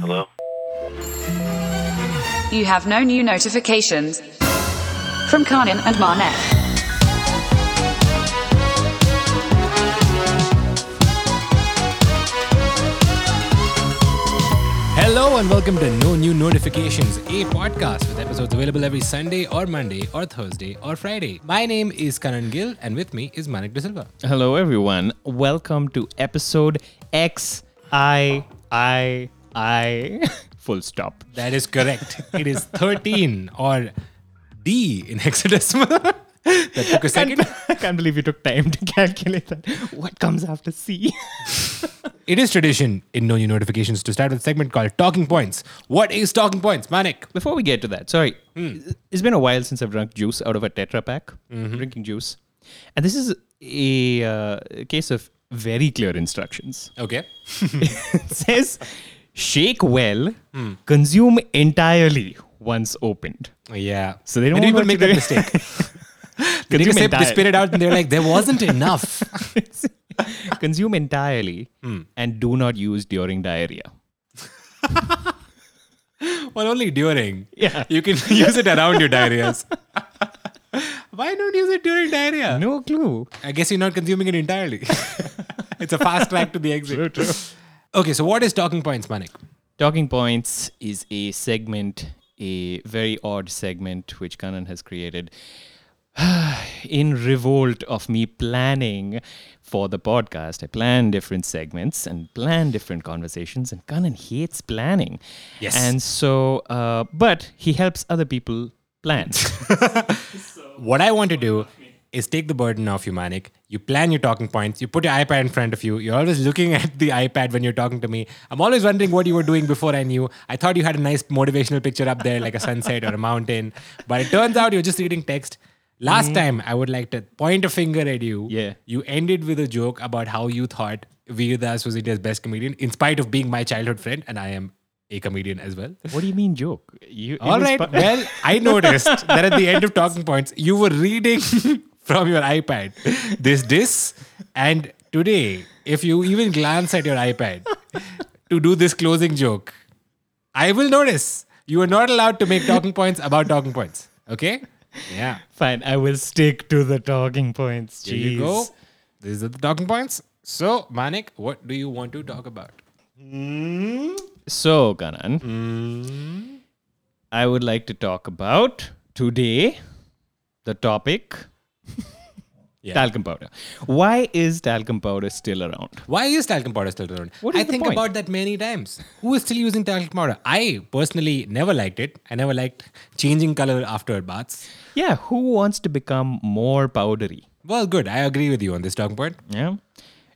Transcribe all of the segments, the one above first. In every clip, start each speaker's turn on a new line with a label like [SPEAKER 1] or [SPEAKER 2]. [SPEAKER 1] Hello?
[SPEAKER 2] You have no new notifications from Karnin and Marnette.
[SPEAKER 3] Hello and welcome to No New Notifications, a podcast with episodes available every Sunday or Monday or Thursday or Friday. My name is Karan Gill and with me is Manik De Silva.
[SPEAKER 4] Hello, everyone. Welcome to episode X I I I. Full stop.
[SPEAKER 3] That is correct. It is 13 or D in hexadecimal. that took a second.
[SPEAKER 4] I can't believe you took time to calculate that. What comes after C?
[SPEAKER 3] It is tradition in No New Notifications to start with a segment called Talking Points. What is Talking Points, Manik?
[SPEAKER 4] Before we get to that, sorry. It's been a while since I've drunk juice out of a Tetra pack, drinking juice. And this is a uh, case of very clear instructions.
[SPEAKER 3] Okay.
[SPEAKER 4] Hmm. it says shake well, consume entirely once opened.
[SPEAKER 3] Yeah.
[SPEAKER 4] So they don't
[SPEAKER 3] Many people
[SPEAKER 4] want
[SPEAKER 3] make
[SPEAKER 4] to
[SPEAKER 3] that
[SPEAKER 4] do-
[SPEAKER 3] mistake. They take a
[SPEAKER 4] Consume
[SPEAKER 3] sip, they
[SPEAKER 4] entire-
[SPEAKER 3] spit it out, and they're like, there wasn't enough.
[SPEAKER 4] consume entirely
[SPEAKER 3] Hmm.
[SPEAKER 4] and do not use during diarrhea.
[SPEAKER 3] Well, only during.
[SPEAKER 4] Yeah.
[SPEAKER 3] You can use it around your diarrheas. Why not use it during diarrhea?
[SPEAKER 4] No clue.
[SPEAKER 3] I guess you're not consuming it entirely. it's a fast track to the exit. Okay, so what is talking points, Manik?
[SPEAKER 4] Talking Points is a segment, a very odd segment which Kanan has created in revolt of me planning for the podcast. I plan different segments and plan different conversations, and Kanan hates planning.
[SPEAKER 3] Yes.
[SPEAKER 4] And so, uh, but he helps other people plan.
[SPEAKER 3] What I want to do is take the burden off you, Manik. You plan your talking points. You put your iPad in front of you. You're always looking at the iPad when you're talking to me. I'm always wondering what you were doing before I knew. I thought you had a nice motivational picture up there, like a sunset or a mountain. But it turns out you're just reading text. Last time, I would like to point a finger at you.
[SPEAKER 4] Yeah.
[SPEAKER 3] You ended with a joke about how you thought Veer Das was India's best comedian, in spite of being my childhood friend, and I am a comedian as well.
[SPEAKER 4] what do you mean, joke? You, it
[SPEAKER 3] All
[SPEAKER 4] was
[SPEAKER 3] right.
[SPEAKER 4] pa-
[SPEAKER 3] well, I noticed that at the end of talking points, you were reading from your iPad this this, and today, if you even glance at your iPad to do this closing joke, I will notice you are not allowed to make talking points about talking points. Okay? Yeah.
[SPEAKER 4] Fine, I will stick to the talking points.
[SPEAKER 3] Here you go. These are the talking points. So, Manik, what do you want to talk about?
[SPEAKER 4] So, Kanan, I would like to talk about today the topic
[SPEAKER 3] Yeah.
[SPEAKER 4] talcum powder. Why is talcum powder still around?
[SPEAKER 3] Why is talcum powder still around?
[SPEAKER 4] What is
[SPEAKER 3] I
[SPEAKER 4] the
[SPEAKER 3] think
[SPEAKER 4] point?
[SPEAKER 3] about that many times. Who is still using talcum powder? I personally never liked it. I never liked changing color after baths.
[SPEAKER 4] Yeah, who wants to become more powdery?
[SPEAKER 3] Well, good. I agree with you on this talking point.
[SPEAKER 4] Yeah. Hmm.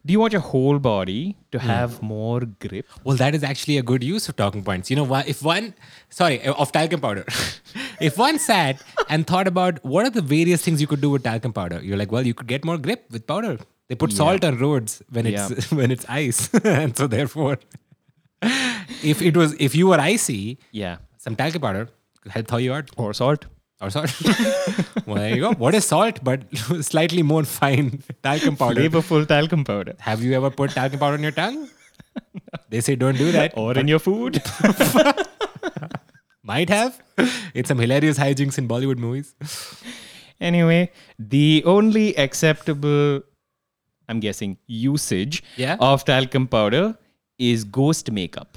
[SPEAKER 4] Do you want your whole body to have more grip?
[SPEAKER 3] Well, that is actually a good use of talking points. You know, wha- if one, sorry, of talcum powder, if one sat and thought about what are the various things you could do with talcum powder, you're like, well, you could get more grip with powder. They put salt on roads when it's when it's ice, and so therefore, if it was if you were icy,
[SPEAKER 4] Yeah.
[SPEAKER 3] some talcum powder could help thaw you out.
[SPEAKER 4] Or salt?
[SPEAKER 3] Or salt. well, there you go. What is salt, but slightly more fine talcum powder?
[SPEAKER 4] Flavorful talcum powder.
[SPEAKER 3] Have you ever put talcum powder on your tongue? They say don't do that.
[SPEAKER 4] Or in your food?
[SPEAKER 3] Might have. It's some hilarious hijinks in Bollywood movies.
[SPEAKER 4] Anyway, the only acceptable, I'm guessing, usage
[SPEAKER 3] Yeah.
[SPEAKER 4] of talcum powder is ghost makeup.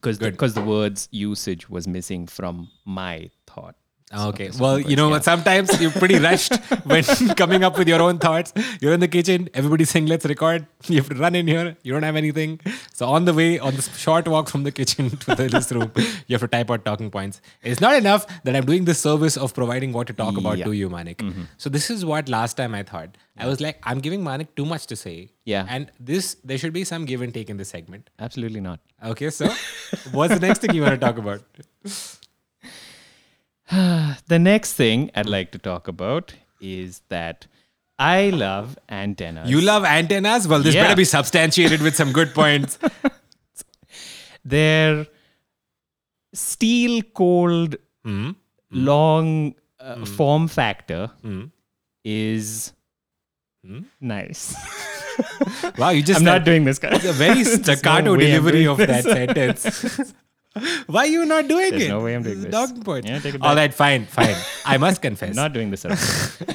[SPEAKER 4] Because the, 'cause the words usage was missing from my thought.
[SPEAKER 3] Ah, Okay. Well, you know what? Sometimes you're pretty rushed when coming up with your own thoughts. You're in the kitchen. Everybody's saying, let's record. You have to run in here. You don't have anything. So, on the way, on the short walk from the kitchen to the list room, you have to type out talking points. It's not enough that I'm doing this service of providing what to talk about
[SPEAKER 4] Yeah. Mm-hmm.
[SPEAKER 3] to you, Manik. So, this is what last time I thought. I was like, I'm giving Manik too much to say.
[SPEAKER 4] Yeah.
[SPEAKER 3] And this, there should be some give and take in this segment.
[SPEAKER 4] Absolutely not.
[SPEAKER 3] Okay. So, what's the next thing you want to talk about?
[SPEAKER 4] The next thing I'd like to talk about is that I love antennas.
[SPEAKER 3] You love antennas? Well, this
[SPEAKER 4] Yeah.
[SPEAKER 3] better be substantiated with some good points.
[SPEAKER 4] They're steel cold,
[SPEAKER 3] Mm. Mm.
[SPEAKER 4] long uh, form factor is Nice.
[SPEAKER 3] Wow, you Mm. just
[SPEAKER 4] I'm not
[SPEAKER 3] said-
[SPEAKER 4] doing this, guys.
[SPEAKER 3] It's a very
[SPEAKER 4] There's
[SPEAKER 3] staccato
[SPEAKER 4] no way I'm
[SPEAKER 3] delivery
[SPEAKER 4] doing
[SPEAKER 3] of that sentence. Why are you not doing
[SPEAKER 4] There's
[SPEAKER 3] it?
[SPEAKER 4] no way I'm doing
[SPEAKER 3] This is
[SPEAKER 4] this.
[SPEAKER 3] Dog point.
[SPEAKER 4] Yeah, take it
[SPEAKER 3] All
[SPEAKER 4] back.
[SPEAKER 3] right, fine, fine. I must confess.
[SPEAKER 4] I'm not doing this at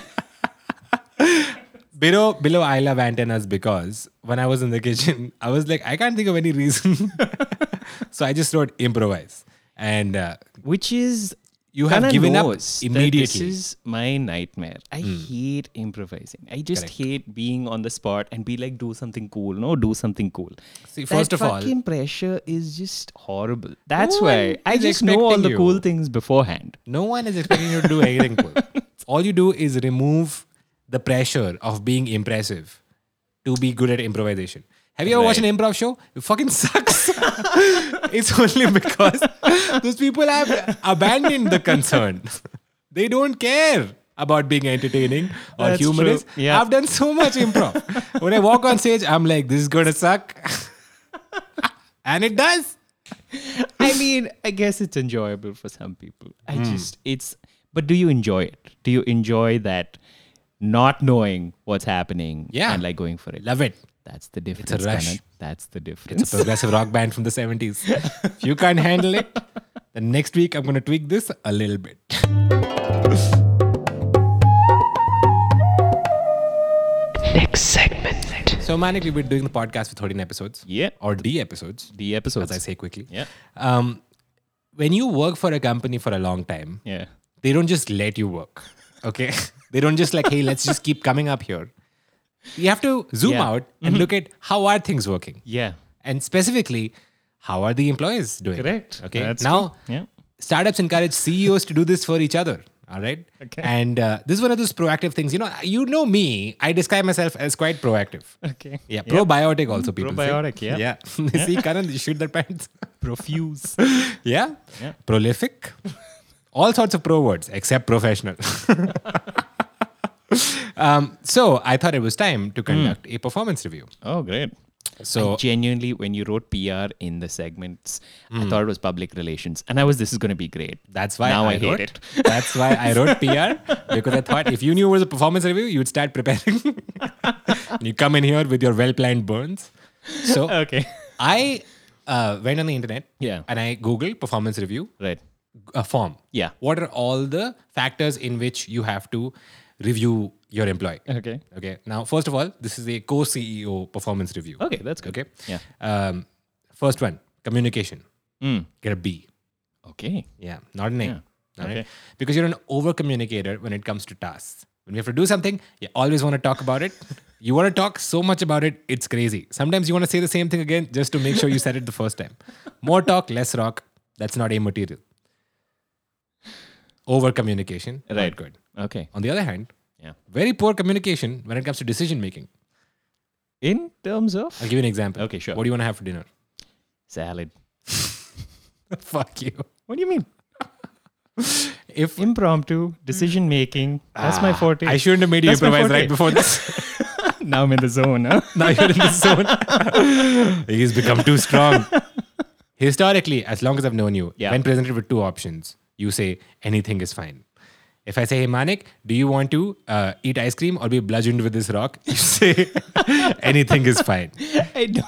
[SPEAKER 4] all.
[SPEAKER 3] below below I love antennas because when I was in the kitchen, I was like, I can't think of any reason. so I just wrote improvise. And uh,
[SPEAKER 4] Which is
[SPEAKER 3] You have
[SPEAKER 4] Kanan
[SPEAKER 3] given up
[SPEAKER 4] knows that
[SPEAKER 3] immediately. Hmm.
[SPEAKER 4] This is my nightmare. I hate improvising. I just hate being on the spot and be like, do something cool. No, do something cool.
[SPEAKER 3] See, first
[SPEAKER 4] that
[SPEAKER 3] of all-
[SPEAKER 4] fucking pressure is just horrible. That's
[SPEAKER 3] No
[SPEAKER 4] why
[SPEAKER 3] one
[SPEAKER 4] I
[SPEAKER 3] is
[SPEAKER 4] just know all the
[SPEAKER 3] expecting
[SPEAKER 4] cool
[SPEAKER 3] you.
[SPEAKER 4] things beforehand.
[SPEAKER 3] no one is expecting you to do anything cool. All you do is remove the pressure of being impressive to be good at improvisation. Have you ever watched an improv show? It fucking sucks. it's only because those people have abandoned the concern. They don't care about being entertaining or
[SPEAKER 4] That's
[SPEAKER 3] humorous.
[SPEAKER 4] true. Yeah.
[SPEAKER 3] I've done so much improv. when I walk on stage, I'm like, this is gonna suck. and it does.
[SPEAKER 4] I mean, I guess it's enjoyable for some people. I just it's but do you enjoy it? Do you enjoy that not knowing what's happening
[SPEAKER 3] Yeah.
[SPEAKER 4] and like going for it?
[SPEAKER 3] Love it.
[SPEAKER 4] That's the difference.
[SPEAKER 3] rush.
[SPEAKER 4] Kanan. That's the difference.
[SPEAKER 3] It's a progressive rock band from the 70s. If you can't handle it, then next week I'm going to tweak this a little bit.
[SPEAKER 1] Next segment.
[SPEAKER 3] So, Manik, we've been doing the podcast for 13 episodes.
[SPEAKER 4] Yeah.
[SPEAKER 3] Or D episodes,
[SPEAKER 4] the
[SPEAKER 3] as
[SPEAKER 4] episodes.
[SPEAKER 3] I say quickly.
[SPEAKER 4] Yeah.
[SPEAKER 3] Um, when you work for a company for a long time,
[SPEAKER 4] Yeah.
[SPEAKER 3] they don't just let you work. Okay. they don't just like, hey, let's just keep coming up here. You have to zoom
[SPEAKER 4] Yeah. Mm-hmm.
[SPEAKER 3] out and look at how are things working?
[SPEAKER 4] Yeah.
[SPEAKER 3] And specifically, how are the employees doing?
[SPEAKER 4] Correct.
[SPEAKER 3] Okay.
[SPEAKER 4] That's
[SPEAKER 3] now,
[SPEAKER 4] true. Yeah.
[SPEAKER 3] startups encourage CEOs to do this for each other. All right.
[SPEAKER 4] Okay.
[SPEAKER 3] And uh, this is one of those proactive things. You know, you know me. I describe myself as quite proactive.
[SPEAKER 4] Okay.
[SPEAKER 3] Yeah, probiotic also people say.
[SPEAKER 4] Probiotic, yeah.
[SPEAKER 3] yeah. See, Karan, you shoot that pants.
[SPEAKER 4] Profuse.
[SPEAKER 3] yeah.
[SPEAKER 4] Yeah.
[SPEAKER 3] prolific, all sorts of pro words except professional. um, so I thought it was time to conduct
[SPEAKER 4] Hmm.
[SPEAKER 3] a performance review.
[SPEAKER 4] oh, great.
[SPEAKER 3] So
[SPEAKER 4] Genuinely, when you wrote PR in the segments, I thought it was public relations. And I was, this is going to be great.
[SPEAKER 3] That's why
[SPEAKER 4] now I,
[SPEAKER 3] I,
[SPEAKER 4] hate
[SPEAKER 3] wrote,
[SPEAKER 4] it.
[SPEAKER 3] That's why I wrote PR because I thought if you knew it was a performance review, you'd start preparing. And you come in here with your well-planned burns. So
[SPEAKER 4] Okay.
[SPEAKER 3] I uh, went on the internet,
[SPEAKER 4] Yeah.
[SPEAKER 3] and I googled performance review
[SPEAKER 4] Right.
[SPEAKER 3] uh, form.
[SPEAKER 4] Yeah.
[SPEAKER 3] what are all the factors in which you have to review your employee?
[SPEAKER 4] Okay.
[SPEAKER 3] Okay. Now, first of all, this is a co-CEO performance review.
[SPEAKER 4] Okay. That's good.
[SPEAKER 3] Okay.
[SPEAKER 4] Yeah.
[SPEAKER 3] Um, first one, communication. Get a B.
[SPEAKER 4] Mm. Okay.
[SPEAKER 3] Yeah, not an A. All right?
[SPEAKER 4] Okay.
[SPEAKER 3] Because you're an over communicator when it comes to tasks. When you have to do something, you always want to talk about it. You want to talk so much about it, it's crazy. Sometimes you want to say the same thing again just to make sure you said it the first time. More talk, less rock. That's not A material. Over communication. not
[SPEAKER 4] Right.
[SPEAKER 3] Good.
[SPEAKER 4] Okay.
[SPEAKER 3] On the other hand,
[SPEAKER 4] Yeah.
[SPEAKER 3] very poor communication when it comes to decision making.
[SPEAKER 4] In terms of
[SPEAKER 3] I'll give you an example.
[SPEAKER 4] Okay, sure.
[SPEAKER 3] What do you want to have for dinner?
[SPEAKER 4] salad.
[SPEAKER 3] Fuck you.
[SPEAKER 4] What do you mean?
[SPEAKER 3] If
[SPEAKER 4] Impromptu decision making. That's my forte.
[SPEAKER 3] I shouldn't have made you
[SPEAKER 4] That's my
[SPEAKER 3] improvise
[SPEAKER 4] forte.
[SPEAKER 3] right before this.
[SPEAKER 4] now I'm in the zone. Huh?
[SPEAKER 3] now you're in the zone. He's become too strong. Historically, as long as I've known you,
[SPEAKER 4] Yeah.
[SPEAKER 3] when presented with two options, you say anything is fine. If I say, hey, Manik, do you want to uh, eat ice cream or be bludgeoned with this rock? You say, anything is fine.
[SPEAKER 4] I don't.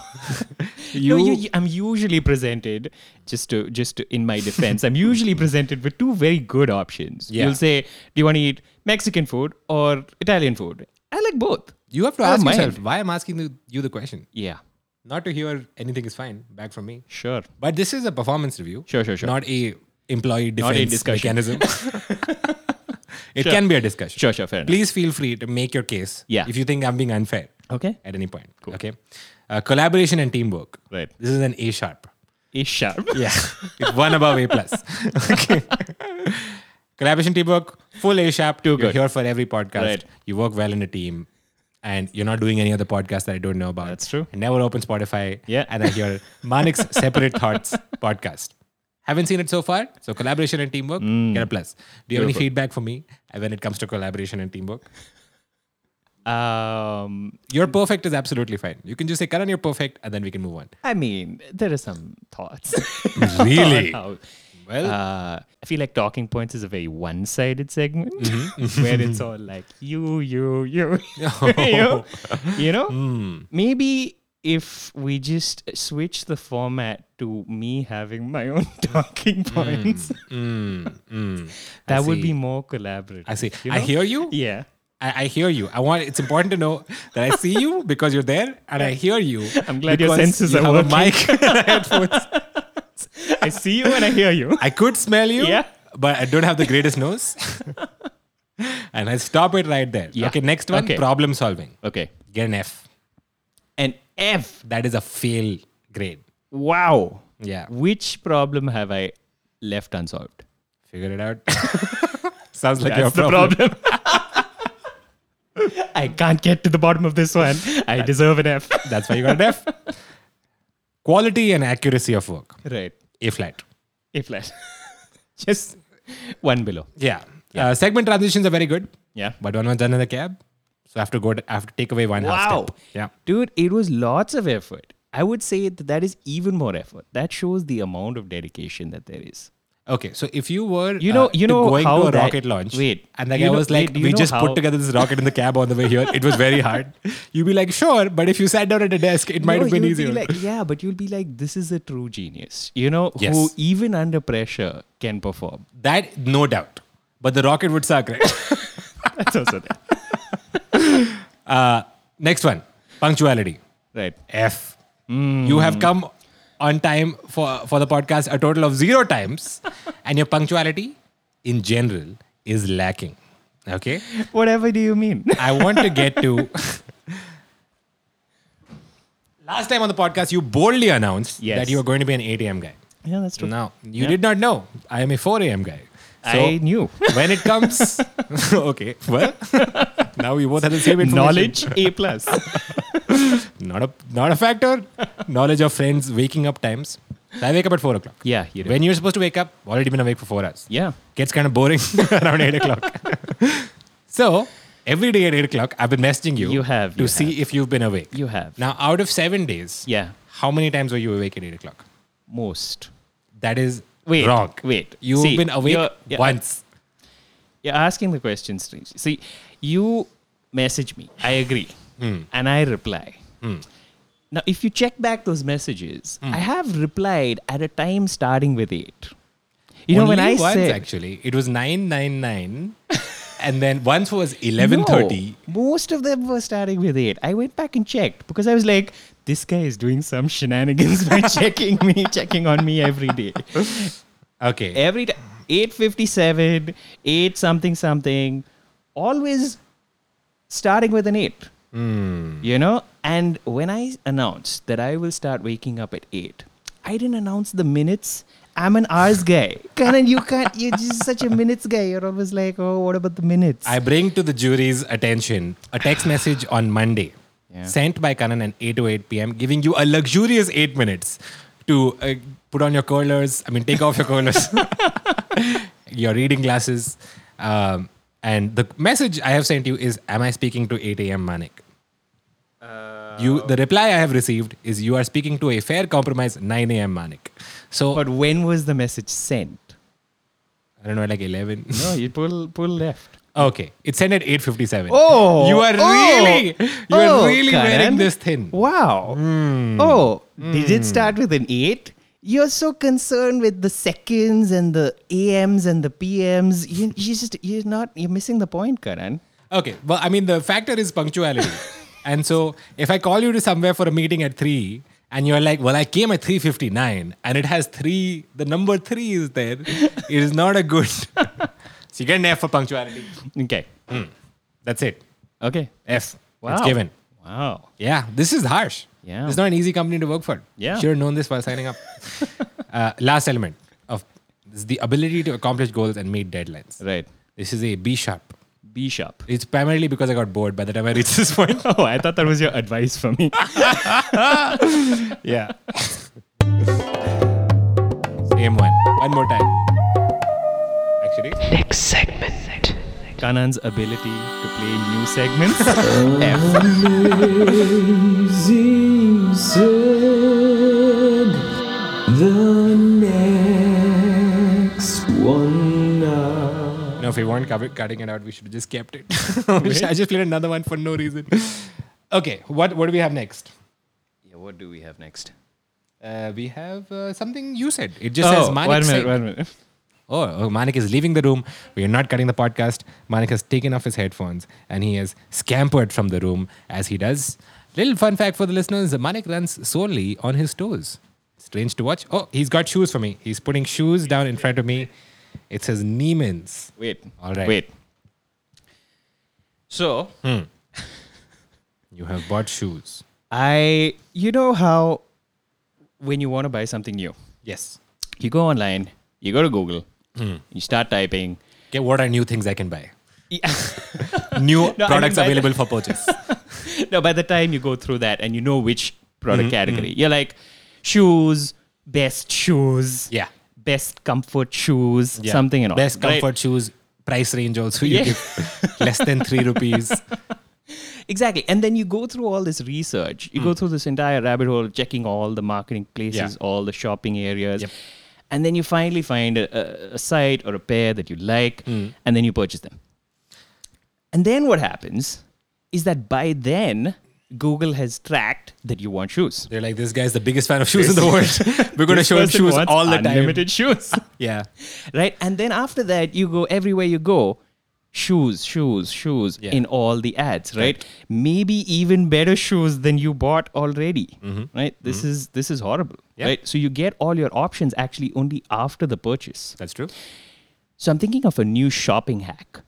[SPEAKER 3] You,
[SPEAKER 4] no, you, I'm usually presented just to just to, in my defense. I'm usually presented with two very good options.
[SPEAKER 3] Yeah.
[SPEAKER 4] You'll say, "Do you want to eat Mexican food or Italian food?" I like both.
[SPEAKER 3] you have to
[SPEAKER 4] I don't
[SPEAKER 3] ask
[SPEAKER 4] mind.
[SPEAKER 3] yourself why I'm asking the, you the question.
[SPEAKER 4] Yeah,
[SPEAKER 3] Not to hear anything is fine back from me.
[SPEAKER 4] sure.
[SPEAKER 3] But this is a performance review.
[SPEAKER 4] Sure, sure, sure.
[SPEAKER 3] Not a employee
[SPEAKER 4] Not a
[SPEAKER 3] defense
[SPEAKER 4] discussion.
[SPEAKER 3] mechanism. it can be a discussion.
[SPEAKER 4] Sure, sure, fair enough.
[SPEAKER 3] Please feel free to make your case.
[SPEAKER 4] Yeah.
[SPEAKER 3] If you think I'm being unfair
[SPEAKER 4] Okay.
[SPEAKER 3] at any point. Okay. Uh, collaboration and teamwork.
[SPEAKER 4] Right.
[SPEAKER 3] This is an A sharp.
[SPEAKER 4] Is sharp.
[SPEAKER 3] Yeah. it's one above A plus. okay. Collaboration teamwork, full A sharp. Too you're
[SPEAKER 4] good.
[SPEAKER 3] here for every podcast.
[SPEAKER 4] Right.
[SPEAKER 3] You work well in a team. And you're not doing any other podcast that I don't know about.
[SPEAKER 4] That's true.
[SPEAKER 3] I never open Spotify.
[SPEAKER 4] Yeah.
[SPEAKER 3] And I hear Manik's Separate Thoughts podcast. Haven't seen it so far. So collaboration and teamwork, get a plus. Do you have any
[SPEAKER 4] Mm. Beautiful.
[SPEAKER 3] feedback for me when it comes to collaboration and teamwork?
[SPEAKER 4] Um,
[SPEAKER 3] You're perfect is absolutely fine. You can just say, Karan, you're perfect, and then we can move on.
[SPEAKER 4] I mean, there are some thoughts.
[SPEAKER 3] Really?
[SPEAKER 4] on how
[SPEAKER 3] Well-
[SPEAKER 4] uh, I feel like talking points is a very one-sided segment
[SPEAKER 3] Mm-hmm.
[SPEAKER 4] where it's all like you, you, you,
[SPEAKER 3] Oh.
[SPEAKER 4] you, you know.
[SPEAKER 3] Hmm.
[SPEAKER 4] Maybe if we just switch the format to me having my own talking
[SPEAKER 3] Hmm.
[SPEAKER 4] points, that would
[SPEAKER 3] see.
[SPEAKER 4] be more collaborative.
[SPEAKER 3] I see.
[SPEAKER 4] you
[SPEAKER 3] I
[SPEAKER 4] know?
[SPEAKER 3] hear you.
[SPEAKER 4] Yeah.
[SPEAKER 3] I, I hear you. I want. It's important to know that I see you because you're there, and I hear you.
[SPEAKER 4] I'm glad your
[SPEAKER 3] because
[SPEAKER 4] senses
[SPEAKER 3] you
[SPEAKER 4] are
[SPEAKER 3] have
[SPEAKER 4] working.
[SPEAKER 3] A mic and headphones.
[SPEAKER 4] I see you and I hear you.
[SPEAKER 3] I could smell you,
[SPEAKER 4] Yeah.
[SPEAKER 3] but I don't have the greatest nose. and I stop it right there.
[SPEAKER 4] Yeah.
[SPEAKER 3] Okay, next one.
[SPEAKER 4] Okay.
[SPEAKER 3] Problem solving.
[SPEAKER 4] Okay.
[SPEAKER 3] Get an F.
[SPEAKER 4] An F.
[SPEAKER 3] That is a fail grade.
[SPEAKER 4] Wow.
[SPEAKER 3] Yeah.
[SPEAKER 4] Which problem have I left unsolved?
[SPEAKER 3] Figure it out. Sounds like your
[SPEAKER 4] That's the
[SPEAKER 3] problem.
[SPEAKER 4] problem. I can't get to the bottom of this one. I deserve an F.
[SPEAKER 3] That's why you got an F. Quality and accuracy of work.
[SPEAKER 4] Right.
[SPEAKER 3] A flat.
[SPEAKER 4] A flat. Just one below.
[SPEAKER 3] Yeah. Uh, segment transitions are very good,
[SPEAKER 4] Yeah.
[SPEAKER 3] but one was done in the cab, so I have to go. To, I have to take away one half
[SPEAKER 4] Wow.
[SPEAKER 3] step. Yeah.
[SPEAKER 4] Dude, it was lots of effort. I would say that that is even more effort. That shows the amount of dedication that there is.
[SPEAKER 3] Okay, so if you were
[SPEAKER 4] You know-
[SPEAKER 3] uh,
[SPEAKER 4] you
[SPEAKER 3] to
[SPEAKER 4] know
[SPEAKER 3] going
[SPEAKER 4] how
[SPEAKER 3] to a
[SPEAKER 4] that-
[SPEAKER 3] rocket launch,
[SPEAKER 4] wait,
[SPEAKER 3] and the
[SPEAKER 4] you
[SPEAKER 3] guy
[SPEAKER 4] know-
[SPEAKER 3] was like,
[SPEAKER 4] wait, do you
[SPEAKER 3] "We
[SPEAKER 4] know
[SPEAKER 3] just
[SPEAKER 4] how-
[SPEAKER 3] put together this rocket in the cab on the way here. It was very hard." You'd be like, "Sure," but if you sat down at a desk, it might
[SPEAKER 4] No,
[SPEAKER 3] have been
[SPEAKER 4] you'll be
[SPEAKER 3] easier.
[SPEAKER 4] like- yeah, but you'll be like, this is a true genius, you know, who
[SPEAKER 3] Yes.
[SPEAKER 4] even under pressure can perform.
[SPEAKER 3] that, no doubt. But the rocket would suck, right?
[SPEAKER 4] That's also there.
[SPEAKER 3] Next one, punctuality.
[SPEAKER 4] Right.
[SPEAKER 3] F. You have come on time for for the podcast a total of zero times, and your punctuality in general is lacking. Okay,
[SPEAKER 4] Whatever do you mean?
[SPEAKER 3] I want to get to. Last time on the podcast, you boldly announced
[SPEAKER 4] Yes.
[SPEAKER 3] that you were going to be an 8 a.m. guy.
[SPEAKER 4] yeah, that's true.
[SPEAKER 3] Now you
[SPEAKER 4] Yeah.
[SPEAKER 3] did not know I am a 4 a.m. guy.
[SPEAKER 4] I knew.
[SPEAKER 3] when it comes, okay, well, now we both have the same information.
[SPEAKER 4] Knowledge A plus.
[SPEAKER 3] not a not a factor. Knowledge of friends waking up times. So I wake up at four o'clock.
[SPEAKER 4] Yeah, you do.
[SPEAKER 3] When you're supposed to wake up, already been awake for four hours.
[SPEAKER 4] yeah.
[SPEAKER 3] Gets kind of boring around eight o'clock. so every day at eight o'clock, I've been messaging you.
[SPEAKER 4] You have,
[SPEAKER 3] to
[SPEAKER 4] you
[SPEAKER 3] see if you've been awake.
[SPEAKER 4] You have.
[SPEAKER 3] Now, out of seven days,
[SPEAKER 4] Yeah.
[SPEAKER 3] how many times were you awake at eight o'clock?
[SPEAKER 4] Most.
[SPEAKER 3] That is
[SPEAKER 4] Wait,
[SPEAKER 3] wrong.
[SPEAKER 4] wait.
[SPEAKER 3] you've
[SPEAKER 4] See,
[SPEAKER 3] been awake
[SPEAKER 4] you're- yeah.
[SPEAKER 3] once.
[SPEAKER 4] You're asking the question strange. See, you message me. I agree.
[SPEAKER 3] Hmm.
[SPEAKER 4] And I reply. Now, if you check back those messages,
[SPEAKER 3] Hmm.
[SPEAKER 4] I have replied at a time starting with 8. You know, when
[SPEAKER 3] Only
[SPEAKER 4] I
[SPEAKER 3] once
[SPEAKER 4] said.
[SPEAKER 3] actually, it was nine nine nine, and then once was eleven thirty.
[SPEAKER 4] No, most of them were starting with eight. I went back and checked because I was like, this guy is doing some shenanigans by checking me, checking on me every day.
[SPEAKER 3] Okay,
[SPEAKER 4] Every time. 857, 8 something something, always starting with an 8. You know? And when I announced that I will start waking up at 8, I didn't announce the minutes. I'm an hours guy. Karan, you can't, you're just such a minutes guy. You're always like, oh, what about the minutes?
[SPEAKER 3] I bring to the jury's attention a text message on Monday
[SPEAKER 4] Yeah.
[SPEAKER 3] sent by Kanan at oh 8 to 8 p.m. giving you a luxurious eight minutes to uh, put on your curlers. I mean, take off your curlers, your reading glasses. Um, and the message I have sent you is Am I speaking to 8 a.m. Manik? you, the reply I have received is You are speaking to a fair compromise 9 a.m. Manik. So,
[SPEAKER 4] But when was the message sent?
[SPEAKER 3] I don't know, like 11.
[SPEAKER 4] No, you pull pull left.
[SPEAKER 3] Okay, it's sent at 8:57.
[SPEAKER 4] Oh,
[SPEAKER 3] you are
[SPEAKER 4] oh,
[SPEAKER 3] really, you
[SPEAKER 4] oh,
[SPEAKER 3] are really
[SPEAKER 4] Karan.
[SPEAKER 3] wearing this thin. Hmm.
[SPEAKER 4] Wow. Oh, did it start with an eight? You're so concerned with the seconds and the AMs and the PMs. You, you just you're not you're missing the point, Karan.
[SPEAKER 3] Okay, well, I mean the factor is punctuality, and so if I call you to somewhere for a meeting at three, and you're like, "Well, I came at 3:59, and it has three. The number three is there. It is not a good. so you get an F for punctuality.
[SPEAKER 4] Okay.
[SPEAKER 3] That's it.
[SPEAKER 4] Okay.
[SPEAKER 3] F.
[SPEAKER 4] Wow.
[SPEAKER 3] It's given.
[SPEAKER 4] Wow.
[SPEAKER 3] Yeah, this is harsh.
[SPEAKER 4] Yeah.
[SPEAKER 3] It's not an easy company to work for.
[SPEAKER 4] Yeah.
[SPEAKER 3] Should have known this while signing up. uh, last element of is the ability to accomplish goals and meet deadlines.
[SPEAKER 4] Right.
[SPEAKER 3] This is a B sharp.
[SPEAKER 4] B sharp.
[SPEAKER 3] It's primarily because I got bored by the time I reached this point.
[SPEAKER 4] Oh, I thought that was your advice for me.
[SPEAKER 3] yeah. Same one. One more time. Actually.
[SPEAKER 1] Next segment.
[SPEAKER 4] Kanan's ability to play new segments. F.
[SPEAKER 5] the next.
[SPEAKER 4] One now.
[SPEAKER 3] No, if we weren't cover- cutting it out, we should have just kept it. We should- I just played another one for no reason. Okay, what what do we have next?
[SPEAKER 4] Yeah, what do we have next?
[SPEAKER 3] Uh, we have uh, something you said. It just says Manik.
[SPEAKER 4] wait a Oh, minute,
[SPEAKER 3] said-
[SPEAKER 4] wait a minute.
[SPEAKER 3] Oh, oh, Manik is leaving the room. We are not cutting the podcast. Manik has taken off his headphones and he has scampered from the room as he does. Little fun fact for the listeners Manik runs solely on his toes. Strange to watch. Oh, he's got shoes for me. He's putting shoes down in front of me. It says Neiman's.
[SPEAKER 4] Wait.
[SPEAKER 3] All right.
[SPEAKER 4] Wait. So
[SPEAKER 3] You have bought shoes.
[SPEAKER 4] I, you know how when you want to buy something new,
[SPEAKER 3] Yes.
[SPEAKER 4] you go online, you go to Google,
[SPEAKER 3] Hmm.
[SPEAKER 4] you start typing.
[SPEAKER 3] Okay, what are new things I can buy?
[SPEAKER 4] Yeah.
[SPEAKER 3] New
[SPEAKER 4] No, I
[SPEAKER 3] products
[SPEAKER 4] didn't buy
[SPEAKER 3] available for purchase.
[SPEAKER 4] no, by the time you go through that and you know which
[SPEAKER 3] Mm-hmm,
[SPEAKER 4] product category, you're like shoes, best shoes,
[SPEAKER 3] Yeah.
[SPEAKER 4] best comfort shoes, something and all.
[SPEAKER 3] Best
[SPEAKER 4] right?
[SPEAKER 3] comfort shoes, price range also. You
[SPEAKER 4] Yeah.
[SPEAKER 3] give less than three rupees.
[SPEAKER 4] Exactly. And then you go through all this research. You go through this entire rabbit hole, checking all the marketing places,
[SPEAKER 3] Mm. Yeah.
[SPEAKER 4] all the shopping areas.
[SPEAKER 3] Yep.
[SPEAKER 4] And then you finally find a, a- a site or a pair that you like,
[SPEAKER 3] Mm.
[SPEAKER 4] and then you purchase them. And then what happens is that by then, Google has tracked that you want shoes.
[SPEAKER 3] They're like, this guy's the biggest fan of shoes in the world. We're going to
[SPEAKER 4] This
[SPEAKER 3] show him
[SPEAKER 4] person
[SPEAKER 3] shoes
[SPEAKER 4] wants
[SPEAKER 3] all the time.
[SPEAKER 4] Unlimited shoes.
[SPEAKER 3] Yeah.
[SPEAKER 4] right? And then after that, you go everywhere you go, shoes, shoes, shoes
[SPEAKER 3] Yeah.
[SPEAKER 4] in all the ads, right? Maybe even better shoes than you bought already, right? This is this is horrible,
[SPEAKER 3] Mm-hmm. Yeah.
[SPEAKER 4] right? So you get all your options actually only after the purchase.
[SPEAKER 3] That's true.
[SPEAKER 4] So I'm thinking of a new shopping hack,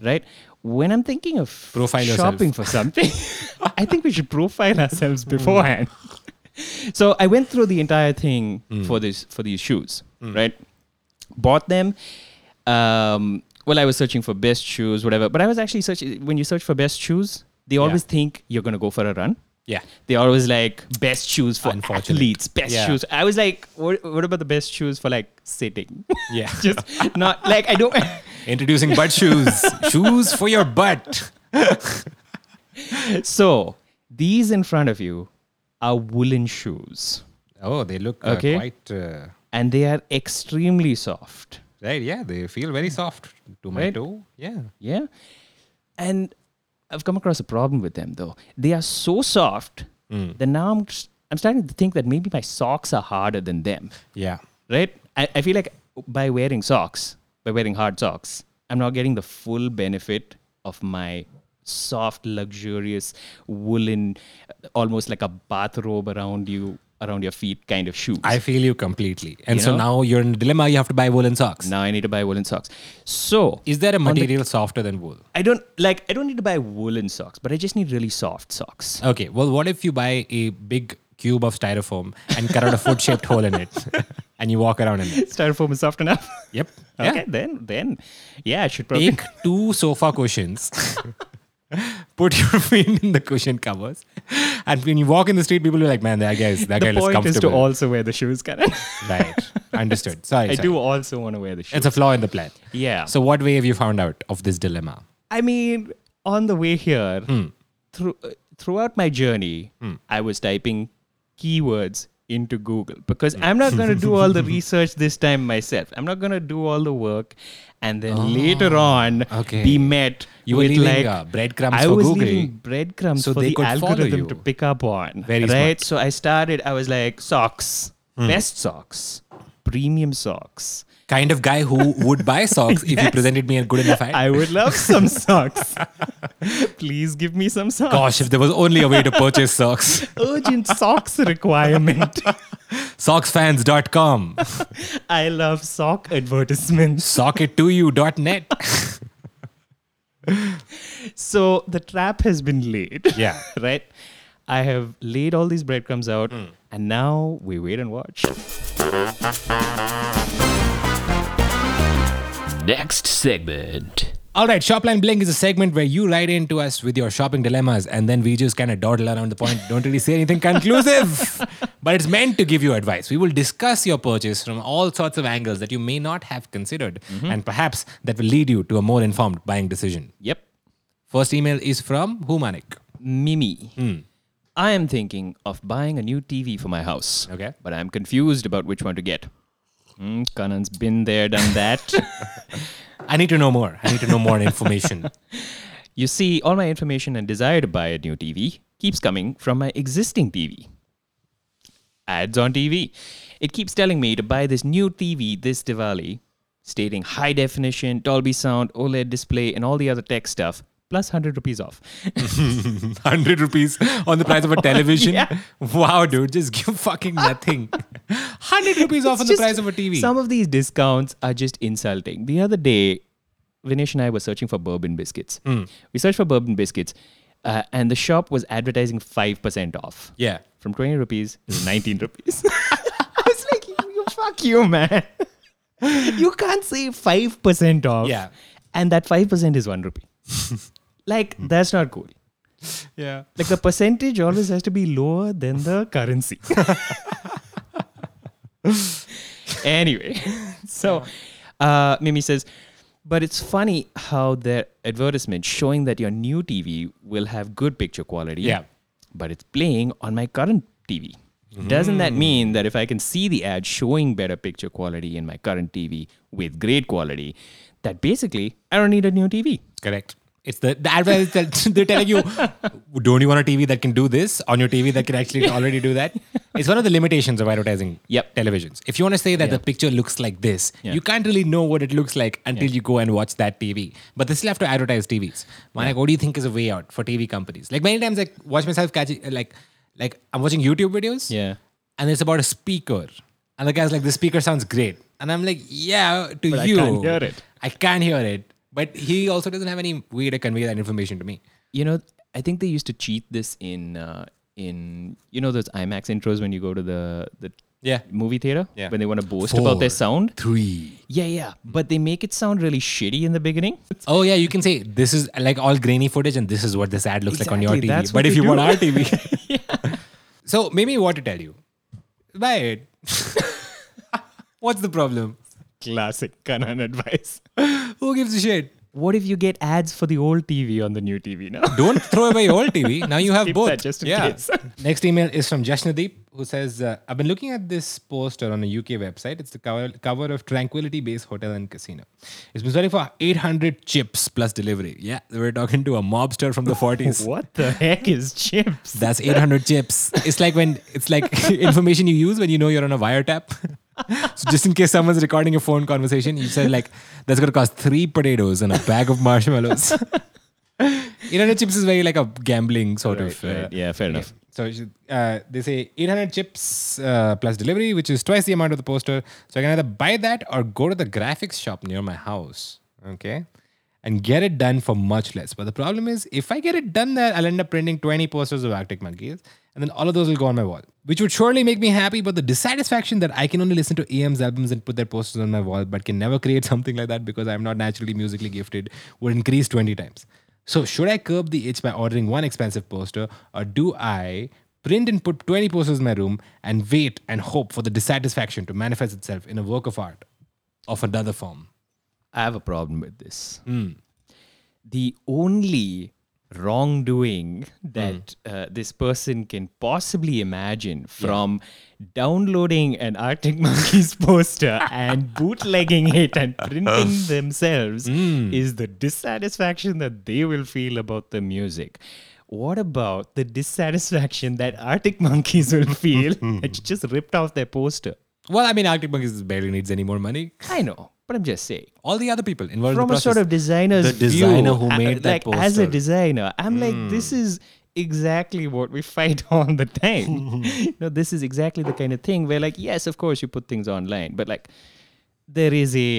[SPEAKER 4] right? When I'm thinking of
[SPEAKER 3] Hmm. Profile yourself. Hmm.
[SPEAKER 4] shopping for something, I think we should profile ourselves beforehand. so I went through the entire thing
[SPEAKER 3] Hmm.
[SPEAKER 4] for this for these shoes, right? Bought them. Um, well, I was searching for best shoes, whatever. But I was actually searching. When you search for best shoes, they always think you're gonna go for a run.
[SPEAKER 3] Yeah.
[SPEAKER 4] They're always like best shoes for
[SPEAKER 3] Unfortunate.
[SPEAKER 4] athletes, best
[SPEAKER 3] Yeah.
[SPEAKER 4] shoes. I was like, what, what about the best shoes for like sitting?
[SPEAKER 3] Yeah.
[SPEAKER 4] Just not like I don't.
[SPEAKER 3] Introducing butt shoes. shoes for your butt.
[SPEAKER 4] So these in front of you are woolen shoes,
[SPEAKER 3] Oh, they look uh,
[SPEAKER 4] Okay.
[SPEAKER 3] quite. Uh,
[SPEAKER 4] and they are extremely soft.
[SPEAKER 3] right. Yeah. They feel very soft to my
[SPEAKER 4] Right.
[SPEAKER 3] toe. Yeah.
[SPEAKER 4] Yeah, and I've come across a problem with them though. They are so soft that now I'm I'm starting to think that maybe my socks are harder than them.
[SPEAKER 3] Yeah.
[SPEAKER 4] right? I, I feel like by wearing socks, by wearing hard socks, I'm not getting the full benefit of my soft, luxurious woolen, almost like a bathrobe around you, around your feet kind of shoes.
[SPEAKER 3] I feel you completely. And
[SPEAKER 4] You
[SPEAKER 3] so
[SPEAKER 4] know?
[SPEAKER 3] now you're in a dilemma. You have to buy woolen socks.
[SPEAKER 4] now I need to buy woolen socks. So
[SPEAKER 3] Is there a
[SPEAKER 4] the-
[SPEAKER 3] material softer than wool?
[SPEAKER 4] I don't like I don't need to buy woolen socks, but I just need really soft socks.
[SPEAKER 3] Okay. Well, what if you buy a big cube of styrofoam and cut out a foot shaped hole in it and you walk around in it?
[SPEAKER 4] Styrofoam is soft enough.
[SPEAKER 3] Yep.
[SPEAKER 4] Okay, then then yeah, I should probably
[SPEAKER 3] Take two sofa cushions, put your feet in the cushion covers, and when you walk in the street, people will be like, man, that guy is, that guy
[SPEAKER 4] the
[SPEAKER 3] looks
[SPEAKER 4] point is to
[SPEAKER 3] comfortable.
[SPEAKER 4] also wear the shoes, Karan.
[SPEAKER 3] right. Understood. Sorry.
[SPEAKER 4] I
[SPEAKER 3] sorry.
[SPEAKER 4] do also want to wear the shoes.
[SPEAKER 3] It's a flaw in the plan.
[SPEAKER 4] Yeah.
[SPEAKER 3] So, what way have you found out of this dilemma?
[SPEAKER 4] I mean, on the way here,
[SPEAKER 3] Hmm.
[SPEAKER 4] through uh, throughout my journey, I was typing keywords into Google because
[SPEAKER 3] Hmm.
[SPEAKER 4] I'm not going to do all the research this time myself. I'm not going to do all the work, and then later on,
[SPEAKER 3] Oh, okay.
[SPEAKER 4] be met
[SPEAKER 3] You were
[SPEAKER 4] with
[SPEAKER 3] leaving,
[SPEAKER 4] like
[SPEAKER 3] uh, breadcrumbs
[SPEAKER 4] I
[SPEAKER 3] for
[SPEAKER 4] was
[SPEAKER 3] Google.
[SPEAKER 4] leaving breadcrumbs
[SPEAKER 3] So
[SPEAKER 4] for
[SPEAKER 3] they
[SPEAKER 4] the
[SPEAKER 3] could follow
[SPEAKER 4] algorithm
[SPEAKER 3] you.
[SPEAKER 4] to pick up on.
[SPEAKER 3] Very Hmm.
[SPEAKER 4] right. So I started. I was like socks, best socks, premium socks.
[SPEAKER 3] Kind of guy who would buy socks if you presented me a good enough ad.
[SPEAKER 4] I would love some socks. Please give me some socks.
[SPEAKER 3] Gosh, if there was only a way to purchase socks.
[SPEAKER 4] urgent socks requirement.
[SPEAKER 3] Socksfans.com.
[SPEAKER 4] I love sock advertisements.
[SPEAKER 3] Socket2you.net.
[SPEAKER 4] So the trap has been laid.
[SPEAKER 3] Yeah.
[SPEAKER 4] right? I have laid all these breadcrumbs out, and now we wait and watch.
[SPEAKER 5] Next segment.
[SPEAKER 3] All right, Shopline Blink is a segment where you write in to us with your shopping dilemmas, and then we just kind of dawdle around the point, don't really say anything conclusive. but it's meant to give you advice. We will discuss your purchase from all sorts of angles that you may not have considered, and perhaps that will lead you to a more informed buying decision.
[SPEAKER 4] Yep.
[SPEAKER 3] First email is from Humanik.
[SPEAKER 4] Mimi. I am thinking of buying a new TV for my house.
[SPEAKER 3] Okay.
[SPEAKER 4] But I'm confused about which one to get. Mm, Kanan's been there, done that.
[SPEAKER 3] I need to know more. I need to know more information.
[SPEAKER 4] you see, all my information and desire to buy a new TV keeps coming from my existing TV. Ads on TV. It keeps telling me to buy this new TV this Diwali, stating high definition, Dolby sound, OLED display, and all the other tech stuff, plus 100 rupees off.
[SPEAKER 3] 100 rupees on the price of a television.
[SPEAKER 4] Yeah.
[SPEAKER 3] Wow, dude, just give fucking nothing. 100 rupees off on the
[SPEAKER 4] It's
[SPEAKER 3] price
[SPEAKER 4] just-
[SPEAKER 3] of a TV.
[SPEAKER 4] Some of these discounts are just insulting. The other day, Vinesh and I were searching for bourbon biscuits.
[SPEAKER 3] Hmm.
[SPEAKER 4] We searched for bourbon biscuits, uh, and the shop was advertising 5% off.
[SPEAKER 3] yeah.
[SPEAKER 4] From 20 rupees to 19 rupees. I was like, you, you- fuck you, man. you can't say 5% off.
[SPEAKER 3] Yeah.
[SPEAKER 4] And that 5% is 1 rupee. like, that's not cool.
[SPEAKER 3] Yeah.
[SPEAKER 4] Like, the percentage always has to be lower than the currency. anyway, so uh, Mimi says, but it's funny how their advertisement showing that your new TV will have good picture quality.
[SPEAKER 3] Yeah.
[SPEAKER 4] But it's playing on my current TV. Doesn't that mean that if I can see the ad showing better picture quality in my current TV with great quality, that basically I don't need a new TV?
[SPEAKER 3] Correct. It's the, the advertisers tell, they're telling you, don't you want a TV that can do this on your TV that can actually already do that? It's one of the limitations of advertising
[SPEAKER 4] Yep.
[SPEAKER 3] televisions. If you want to say that the picture looks like this,
[SPEAKER 4] Yeah.
[SPEAKER 3] you can't really know what it looks like until you go and watch that TV. But they still have to advertise TVs. Manak, what do you think is a way out for TV companies? Like many times, I watch myself catching like like I'm watching YouTube videos
[SPEAKER 4] Yeah.
[SPEAKER 3] and it's about a speaker. And the guy's like, the speaker sounds great. And I'm like, yeah, to
[SPEAKER 4] I
[SPEAKER 3] you.
[SPEAKER 4] can't hear it.
[SPEAKER 3] I can't hear it. But he also doesn't have any way to convey that information to me.
[SPEAKER 4] you know i think they used to cheat this in uh, in you know those imax intros when you go to the the
[SPEAKER 3] Yeah.
[SPEAKER 4] movie theater
[SPEAKER 3] Yeah.
[SPEAKER 4] when they want to boast
[SPEAKER 3] Four,
[SPEAKER 4] about their sound
[SPEAKER 3] Three.
[SPEAKER 4] yeah yeah but they make it sound really shitty in the beginning
[SPEAKER 3] Oh yeah, you can say this is like all grainy footage, and this is what this ad looks like on your
[SPEAKER 4] Exactly,
[SPEAKER 3] TV.
[SPEAKER 4] that's
[SPEAKER 3] But
[SPEAKER 4] what
[SPEAKER 3] if
[SPEAKER 4] they
[SPEAKER 3] you
[SPEAKER 4] do.
[SPEAKER 3] want our TV, so maybe what to tell you? Buy it. What's the problem?
[SPEAKER 4] classic kanan advice
[SPEAKER 3] Who gives a shit?
[SPEAKER 4] what if you get ads for the old tv on the new tv now
[SPEAKER 3] Don't throw away your old TV. Now you have
[SPEAKER 4] Keep
[SPEAKER 3] both.
[SPEAKER 4] that just in case.
[SPEAKER 3] Next email is from Jashnadeep, who says, uh, "I've been looking at this poster on a UK website. It's the cover, cover of Tranquility Base Hotel and Casino. It's been selling for 800 chips plus delivery. Yeah, we're talking to a mobster from the 40s.
[SPEAKER 4] what the heck is chips
[SPEAKER 3] That's 800 chips. It's like when it's like information you use when you know you're on a wiretap. so just in case someone's recording a phone conversation, you said like that's gonna cost three potatoes and a bag of marshmallows. 800 chips is very like a gambling sort of. uh,
[SPEAKER 4] Right, yeah fair enough
[SPEAKER 3] so it should- uh, they say 800 chips uh, plus delivery, which is twice the amount of the poster. So I can either buy that or go to the graphics shop near my house. Okay. And get it done for much less. But the problem is, if I get it done there, I'll end up printing 20 posters of Arctic Monkeys. And then all of those will go on my wall, which would surely make me happy. But the dissatisfaction that I can only listen to AM's albums and put their posters on my wall, but can never create something like that because I'm not naturally musically gifted, would increase 20 times. So should I curb the itch by ordering one expensive poster, or do I print and put 20 posters in my room and wait and hope for the dissatisfaction to manifest itself in a work of art of another form?
[SPEAKER 4] I have a problem with this. The only wrongdoing that uh, this person can possibly imagine from downloading an Arctic Monkeys poster and bootlegging it and printing themselves is the dissatisfaction that they will feel about the music. What about the dissatisfaction that Arctic Monkeys will feel that you just ripped off their poster?
[SPEAKER 3] Well, I mean, Arctic Monkeys barely needs any more money.
[SPEAKER 4] I know, but I'm just saying
[SPEAKER 3] All the other people involved in
[SPEAKER 4] from
[SPEAKER 3] the
[SPEAKER 4] a
[SPEAKER 3] process.
[SPEAKER 4] sort of designer's
[SPEAKER 3] The designer
[SPEAKER 4] view,
[SPEAKER 3] who
[SPEAKER 4] uh,
[SPEAKER 3] made that
[SPEAKER 4] like as a
[SPEAKER 3] poster. Hmm.
[SPEAKER 4] designer i'm like this is exactly what we fight all the time you know this is exactly the kind of thing where like yes of course you put things online but like there is a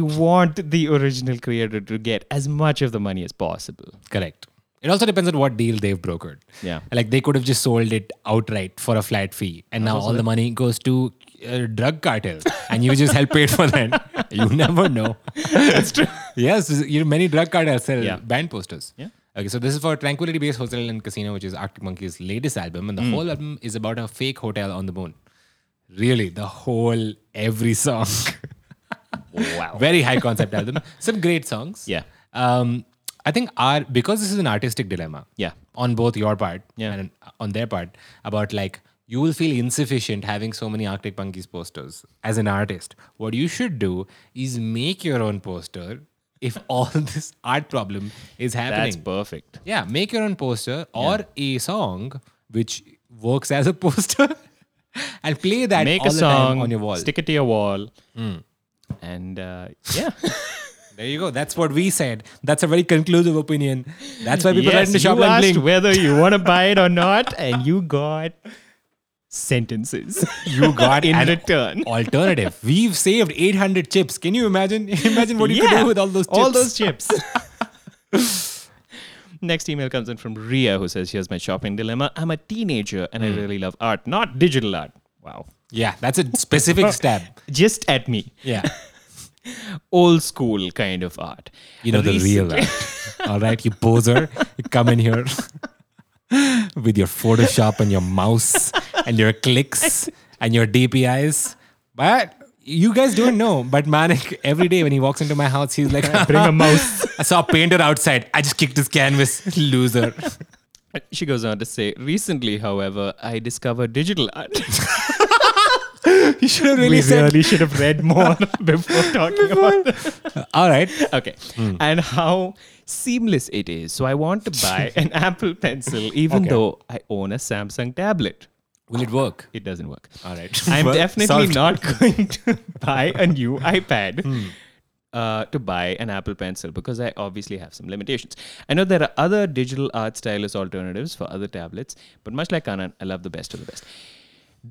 [SPEAKER 4] you want the original creator to get as much of the money as possible
[SPEAKER 3] Correct. It also depends on what deal they've brokered.
[SPEAKER 4] Yeah.
[SPEAKER 3] Like they could have just sold it outright for a flat fee, and now all the money goes to uh, drug cartel, and you just help pay for that. You never know. That's true. yes, you know, many drug cartels sell
[SPEAKER 4] Yeah.
[SPEAKER 3] band posters.
[SPEAKER 4] Yeah.
[SPEAKER 3] Okay, so this is for Tranquility Base Hotel and Casino, which is Arctic Monkey's latest album, and the
[SPEAKER 4] Hmm.
[SPEAKER 3] whole album is about a fake hotel on the moon. Really, the whole every song.
[SPEAKER 4] wow
[SPEAKER 3] Very high concept album. Some great songs.
[SPEAKER 4] Yeah.
[SPEAKER 3] Um, I think our because this is an artistic dilemma.
[SPEAKER 4] Yeah.
[SPEAKER 3] On both your part
[SPEAKER 4] Yeah.
[SPEAKER 3] and on their part about like you will feel insufficient having so many Arctic Monkeys posters as an artist. What you should do is make your own poster if all this art problem is happening.
[SPEAKER 4] That's perfect.
[SPEAKER 3] Yeah, make your own poster or a song which works as a poster and play that
[SPEAKER 4] Make
[SPEAKER 3] all
[SPEAKER 4] a
[SPEAKER 3] the time
[SPEAKER 4] song
[SPEAKER 3] on your wall. Hmm.
[SPEAKER 4] stick it to your wall, and uh, yeah.
[SPEAKER 3] there you go. That's what we said. That's a very conclusive opinion. That's why people are in the
[SPEAKER 4] yes,
[SPEAKER 3] shop
[SPEAKER 4] you
[SPEAKER 3] and
[SPEAKER 4] asked
[SPEAKER 3] blink.
[SPEAKER 4] whether you want to buy it or not, and you got sentences.
[SPEAKER 3] You got
[SPEAKER 4] in
[SPEAKER 3] an
[SPEAKER 4] return.
[SPEAKER 3] alternative. We've saved 800 chips. Can you imagine? Imagine what you could do with all those chips.
[SPEAKER 4] All those chips. Next email comes in from Ria, who says, "Here's my shopping dilemma. I'm a teenager, and
[SPEAKER 3] Hmm.
[SPEAKER 4] I really love art, not digital art. Wow,
[SPEAKER 3] Yeah, that's a specific stab.
[SPEAKER 4] just at me,
[SPEAKER 3] Yeah.
[SPEAKER 4] old school kind of art.
[SPEAKER 3] You know, the
[SPEAKER 4] Recent-
[SPEAKER 3] real art. All right, you poser. You come in here with your Photoshop and your mouse and your clicks and your DPIs. But you guys don't know, but Manik, every day when he walks into my house, he's like,
[SPEAKER 4] Bring a mouse."
[SPEAKER 3] I saw a painter outside. I just kicked his canvas. Loser.
[SPEAKER 4] She goes on to say, "Recently, however, I discovered digital art.
[SPEAKER 3] You should have really said,
[SPEAKER 4] should have read more before talking about this."
[SPEAKER 3] all right.
[SPEAKER 4] Okay. And how seamless it is. So I want to buy an Apple Pencil, even though I own a Samsung tablet.
[SPEAKER 3] Will it work?
[SPEAKER 4] It doesn't work.
[SPEAKER 3] All right.
[SPEAKER 4] I'm
[SPEAKER 3] Well,
[SPEAKER 4] definitely
[SPEAKER 3] solved. Hmm.
[SPEAKER 4] not going to buy a new iPad. Uh, to buy an Apple Pencil because I obviously have some limitations. I know there are other digital art stylus alternatives for other tablets, but much like Anand, I love the best of the best.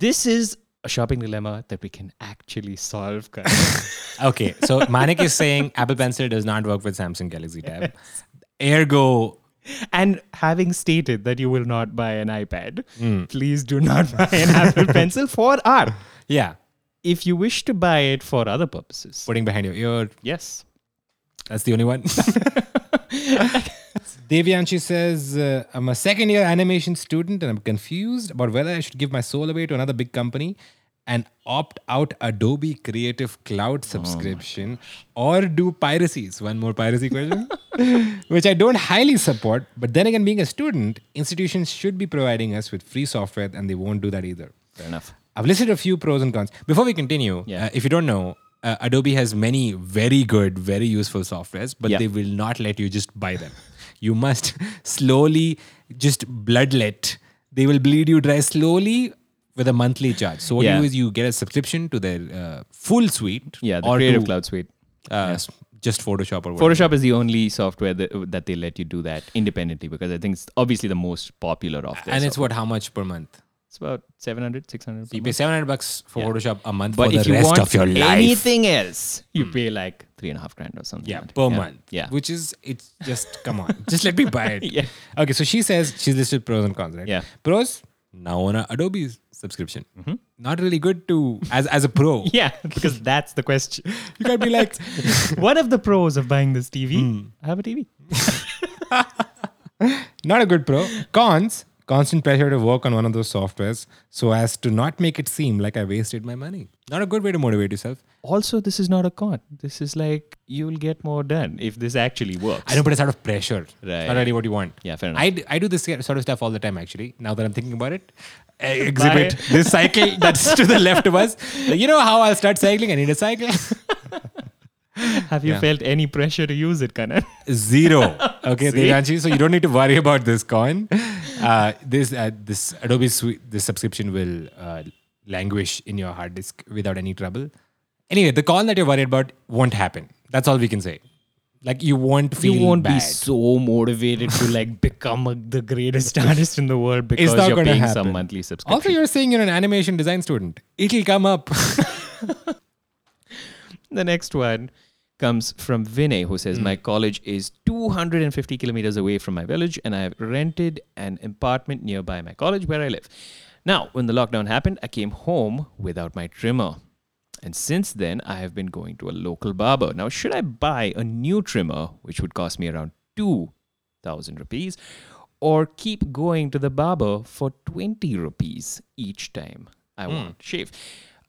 [SPEAKER 4] This is a shopping dilemma that we can actually solve, guys.
[SPEAKER 3] Okay, so Manik is saying Apple Pencil does not work with Samsung Galaxy Tab. Ergo,
[SPEAKER 4] And having stated that you will not buy an iPad,
[SPEAKER 3] Hmm.
[SPEAKER 4] please do not buy an Apple Pencil for art.
[SPEAKER 3] yeah,
[SPEAKER 4] If you wish to buy it for other purposes,
[SPEAKER 3] putting behind your ear.
[SPEAKER 4] yes.
[SPEAKER 3] That's the only one. Devyanshi says, uh, I'm a second year animation student and I'm confused about whether I should give my soul away to another big company and opt out Adobe Creative Cloud subscription or do piracies. One more piracy question, which I don't highly support. But then again, being a student, institutions should be providing us with free software and they won't do that either.
[SPEAKER 4] Fair enough.
[SPEAKER 3] I've listed a few pros and cons. Before we continue,
[SPEAKER 4] Yeah.
[SPEAKER 3] uh, if you don't know, uh, Adobe has many very good, very useful softwares, but
[SPEAKER 4] Yeah.
[SPEAKER 3] they will not let you just buy them. you must slowly just bloodlet. They will bleed you dry slowly with a monthly charge. So what you
[SPEAKER 4] Yeah.
[SPEAKER 3] do is you get a subscription to their uh, full suite.
[SPEAKER 4] Yeah, the
[SPEAKER 3] or
[SPEAKER 4] Creative
[SPEAKER 3] to,
[SPEAKER 4] Cloud Suite.
[SPEAKER 3] Uh, s- Just Photoshop or whatever.
[SPEAKER 4] Photoshop is the only software that, that they let you do that independently because I think it's obviously the most popular of this.
[SPEAKER 3] And it's what? How much per month?
[SPEAKER 4] it's about 700, 600.
[SPEAKER 3] You
[SPEAKER 4] per
[SPEAKER 3] pay
[SPEAKER 4] month.
[SPEAKER 3] 700 bucks for
[SPEAKER 4] Yeah.
[SPEAKER 3] Photoshop a month
[SPEAKER 4] But
[SPEAKER 3] for
[SPEAKER 4] if
[SPEAKER 3] the
[SPEAKER 4] you
[SPEAKER 3] rest
[SPEAKER 4] want
[SPEAKER 3] of your life. Hmm.
[SPEAKER 4] anything else, you pay like three and a half grand or something.
[SPEAKER 3] Yeah,
[SPEAKER 4] like that.
[SPEAKER 3] per month.
[SPEAKER 4] Yeah.
[SPEAKER 3] Which is, it's just, come on. just let me buy it.
[SPEAKER 4] Yeah.
[SPEAKER 3] Okay, so she says she's listed pros and cons, right?
[SPEAKER 4] Yeah. Mm-hmm.
[SPEAKER 3] Pros, now on a Adobe subscription. Not really good to, as, as a pro.
[SPEAKER 4] yeah, because that's the question.
[SPEAKER 3] You can't be like,
[SPEAKER 4] One of the pros of buying this TV, I have a TV.
[SPEAKER 3] not a good pro. Cons, constant pressure to work on one of those softwares so as to not make it seem like I wasted my money. Not a good way to motivate yourself.
[SPEAKER 4] Also, this is not a con. This is like you'll get more done if this actually works.
[SPEAKER 3] I know, but it's out of pressure. It's not
[SPEAKER 4] Right.
[SPEAKER 3] really what you want.
[SPEAKER 4] Yeah, fair enough.
[SPEAKER 3] I, d- I do this sort of stuff all the time, actually, now that I'm thinking about it. I exhibit this cycle that's to the left of us. Like, you know how I'll start cycling? I need a cycle.
[SPEAKER 4] Have you
[SPEAKER 3] Yeah.
[SPEAKER 4] felt any pressure to use it, Kanan?
[SPEAKER 3] Zero. Okay, Devanshi. So you don't need to worry about this coin. Uh, this uh, this Adobe Suite, this subscription will uh, languish in your hard disk without any trouble. Anyway, the con that you're worried about won't happen. That's all we can say. Like you won't feel bad.
[SPEAKER 4] so motivated to like become a, the greatest artist in the world because
[SPEAKER 3] It's not
[SPEAKER 4] you're
[SPEAKER 3] gonna
[SPEAKER 4] paying
[SPEAKER 3] happen.
[SPEAKER 4] some monthly subscription.
[SPEAKER 3] Also, you're saying you're an animation design student. It'll come up.
[SPEAKER 4] The next one comes from Vinay, who says, My college is 250 kilometers away from my village, and I have rented an apartment nearby my college where I live. Now, when the lockdown happened, I came home without my trimmer. And since then, I have been going to a local barber. Now, should I buy a new trimmer, which would cost me around 2,000 rupees, or keep going to the barber for 20 rupees each time I want to shave?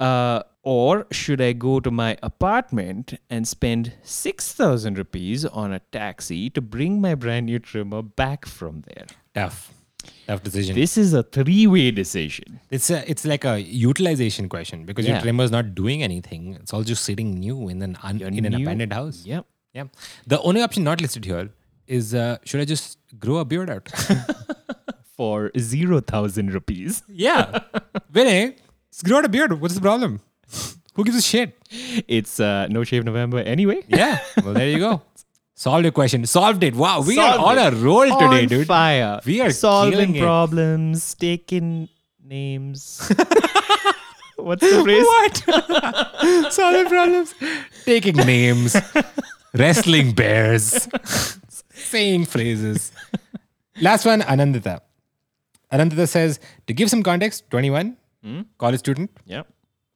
[SPEAKER 4] Uh, or should I go to my apartment and spend 6,000 rupees on a taxi to bring my brand new trimmer back from there?
[SPEAKER 3] Tough. Tough decision.
[SPEAKER 4] This is a three way decision.
[SPEAKER 3] It's a, it's like a utilization question because your
[SPEAKER 4] Yeah.
[SPEAKER 3] trimmer's not doing anything. It's all just sitting new in an un, in an
[SPEAKER 4] new-
[SPEAKER 3] abandoned house.
[SPEAKER 4] Yep.
[SPEAKER 3] Yeah. The only option not listed here is uh, should I just grow a beard out?
[SPEAKER 4] For 0,000 rupees.
[SPEAKER 3] yeah. Vinay, just grow out a beard. What's the problem? Who gives a shit?
[SPEAKER 4] It's uh, No Shave November anyway.
[SPEAKER 3] Yeah. Well, there you go. Solved your question. Solved it. Wow. We
[SPEAKER 4] Solved
[SPEAKER 3] are on
[SPEAKER 4] it.
[SPEAKER 3] a roll today,
[SPEAKER 4] On
[SPEAKER 3] dude.
[SPEAKER 4] fire.
[SPEAKER 3] We are killing
[SPEAKER 4] solving
[SPEAKER 3] it.
[SPEAKER 4] problems, taking names. What's the phrase?
[SPEAKER 3] What? Solving problems. Taking names. wrestling bears. saying phrases. Last one, Anandita. Anandita says, to give some context, 21, college student,
[SPEAKER 4] Yep.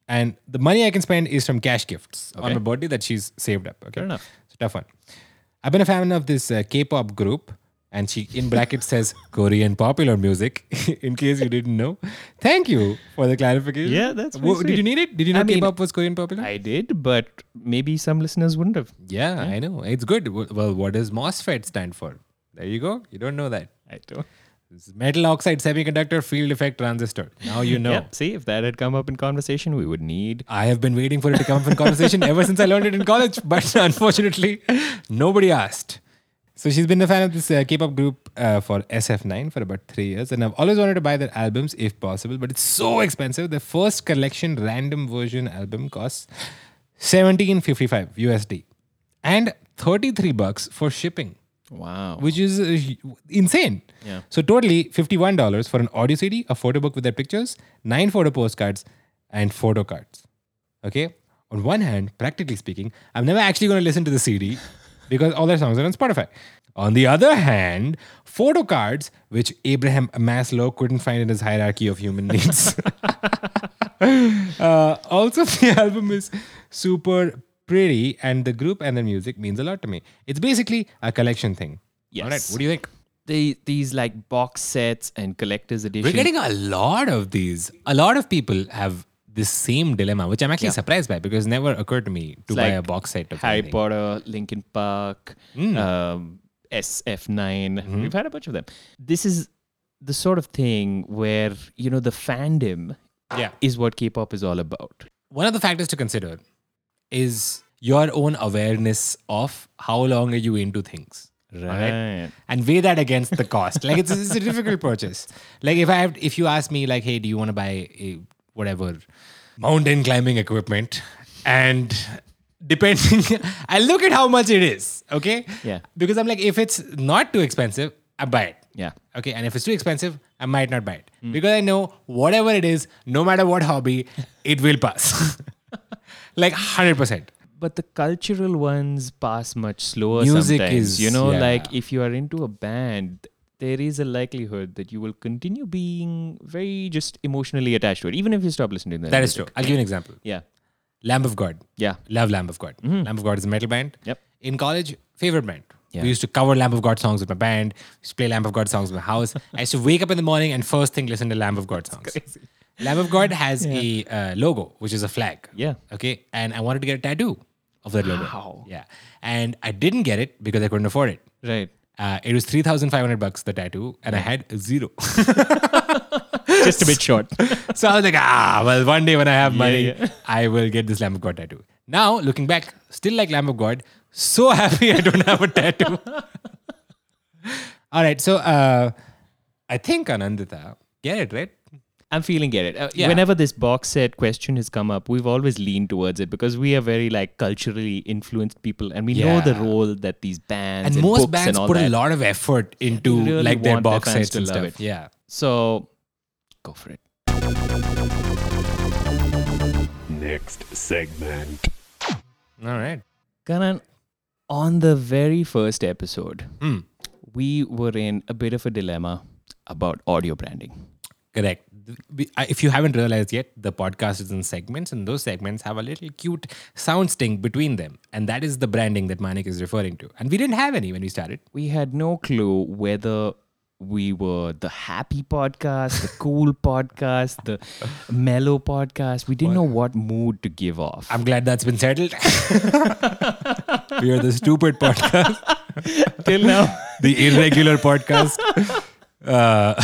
[SPEAKER 3] and the money I can spend is from cash gifts on
[SPEAKER 4] Okay.
[SPEAKER 3] my birthday that she's saved up. Okay,
[SPEAKER 4] Fair enough.
[SPEAKER 3] So tough one. I've been a fan of this uh, K-pop group, and she in brackets says Korean popular music. in case you didn't know, thank you for the clarification.
[SPEAKER 4] Yeah, that's
[SPEAKER 3] Wo-
[SPEAKER 4] pretty
[SPEAKER 3] Did you
[SPEAKER 4] sweet.
[SPEAKER 3] need it? Did you know
[SPEAKER 4] I mean,
[SPEAKER 3] K-pop was Korean popular?
[SPEAKER 4] I did, but maybe some listeners wouldn't have.
[SPEAKER 3] yeah, I know it's good. W- Well, what does MOSFET stand for? There you go. You don't know that.
[SPEAKER 4] I don't.
[SPEAKER 3] It's metal oxide semiconductor field effect transistor. Now you know.
[SPEAKER 4] Yep. See, if that had come up in conversation, we would need.
[SPEAKER 3] I have been waiting for it to come up in conversation ever since I learned it in college, but unfortunately, nobody asked. So she's been a fan of this uh, K-pop group uh, for SF9 for about three years, and I've always wanted to buy their albums if possible, but it's so expensive. The first collection random version album costs seventeen fifty-five USD, and thirty-three bucks for shipping
[SPEAKER 4] Wow.
[SPEAKER 3] which is uh, hu- insane.
[SPEAKER 4] Yeah.
[SPEAKER 3] So totally fifty-one dollars for an audio CD, a photo book with their pictures, nine photo postcards, and photo cards. Okay. On one hand, practically speaking, I'm never actually going to listen to the CD because all their songs are on Spotify. On the other hand, photo cards, which Abraham Maslow couldn't find in his hierarchy of human needs. Uh, also, the album is super pretty, and the group and the music means a lot to me. It's basically a collection thing. All right,
[SPEAKER 4] Yes.
[SPEAKER 3] what do you think?
[SPEAKER 4] They, these like box sets and collector's edition.
[SPEAKER 3] We're getting a lot of these. A lot of people have this same dilemma, which I'm actually surprised by because it never occurred to me to buy
[SPEAKER 4] like
[SPEAKER 3] a box set of
[SPEAKER 4] Harry
[SPEAKER 3] anything.
[SPEAKER 4] Potter, Linkin Park,
[SPEAKER 3] Hmm.
[SPEAKER 4] um, SF9.
[SPEAKER 3] Mm-hmm.
[SPEAKER 4] We've had a bunch of them. This is the sort of thing where, you know, the fandom
[SPEAKER 3] Yeah.
[SPEAKER 4] is what K pop is all about.
[SPEAKER 3] One of the factors to consider is your own awareness of how long are you into things. All
[SPEAKER 4] Right.
[SPEAKER 3] and weigh that against the cost. Like it's, it's a difficult purchase. Like if I have, if you ask me like, hey, do you want to buy a whatever mountain climbing equipment? And depending, I look at how much it is. Okay.
[SPEAKER 4] Yeah.
[SPEAKER 3] Because I'm like, if it's not too expensive, I buy it.
[SPEAKER 4] Yeah. Mm.
[SPEAKER 3] Okay. And if it's too expensive, I might not buy it because I know whatever it is, no matter what hobby, it will pass. like hundred percent.
[SPEAKER 4] But the cultural ones pass much slower
[SPEAKER 3] Music
[SPEAKER 4] sometimes.
[SPEAKER 3] is-
[SPEAKER 4] you know,
[SPEAKER 3] yeah.
[SPEAKER 4] like if you are into a band, there is a likelihood that you will continue being very just emotionally attached to it, even if you stop listening to them.
[SPEAKER 3] That is true. I'll give you an example.
[SPEAKER 4] Yeah.
[SPEAKER 3] Lamb of God.
[SPEAKER 4] Yeah.
[SPEAKER 3] Love Lamb of God. Lamb of God is a metal band.
[SPEAKER 4] Mm-hmm. Yep.
[SPEAKER 3] In college, favorite band.
[SPEAKER 4] Yeah.
[SPEAKER 3] We used to cover Lamb of God songs with my band. We used to play Lamb of God songs in my house. I used to wake up in the morning and first thing listen to Lamb of God songs. Lamb of God has a uh, logo, which is a flag.
[SPEAKER 4] Yeah.
[SPEAKER 3] Okay. And I wanted to get a tattoo of that logo.
[SPEAKER 4] Wow.
[SPEAKER 3] Yeah. And I didn't get it because I couldn't afford it.
[SPEAKER 4] Right.
[SPEAKER 3] Uh, it was 3,500 bucks, the tattoo, and I
[SPEAKER 4] Mm.
[SPEAKER 3] had zero.
[SPEAKER 4] Just a bit short.
[SPEAKER 3] So I was like, ah, well, one day when I have money,
[SPEAKER 4] yeah.
[SPEAKER 3] I will get this Lamb of God tattoo. Now, looking back, still like Lamb of God, so happy I don't have a tattoo. All right, so uh, I think Anandita, get it, right?
[SPEAKER 4] I'm feeling get it. Uh,
[SPEAKER 3] Yeah.
[SPEAKER 4] Whenever this box set question has come up, we've always leaned towards it because we are very like culturally influenced people, and we know the
[SPEAKER 3] Yeah.
[SPEAKER 4] role that these bands
[SPEAKER 3] And
[SPEAKER 4] and,
[SPEAKER 3] most
[SPEAKER 4] books and
[SPEAKER 3] bands
[SPEAKER 4] all
[SPEAKER 3] put
[SPEAKER 4] that.
[SPEAKER 3] a lot of effort into
[SPEAKER 4] really
[SPEAKER 3] like their
[SPEAKER 4] want their
[SPEAKER 3] box
[SPEAKER 4] fans
[SPEAKER 3] sets
[SPEAKER 4] to
[SPEAKER 3] and
[SPEAKER 4] love
[SPEAKER 3] stuff.
[SPEAKER 4] it.
[SPEAKER 3] Yeah.
[SPEAKER 4] So, go for it.
[SPEAKER 6] Next segment.
[SPEAKER 3] All right.
[SPEAKER 4] Karan, on the very first episode,
[SPEAKER 3] Hmm.
[SPEAKER 4] we were in a bit of a dilemma about audio branding.
[SPEAKER 3] Correct. Th- we- I- If you haven't realized yet, the podcast is in segments, and those segments have a little cute sound sting between them. And that is the branding that Manik is referring to. And we didn't have any when we started.
[SPEAKER 4] We had no clue whether we were the happy podcast, the cool podcast, the mellow podcast. We didn't know what mood to give off.
[SPEAKER 3] I'm glad that's been settled. we are the stupid podcast,
[SPEAKER 4] Till now.
[SPEAKER 3] the irregular podcast, uh,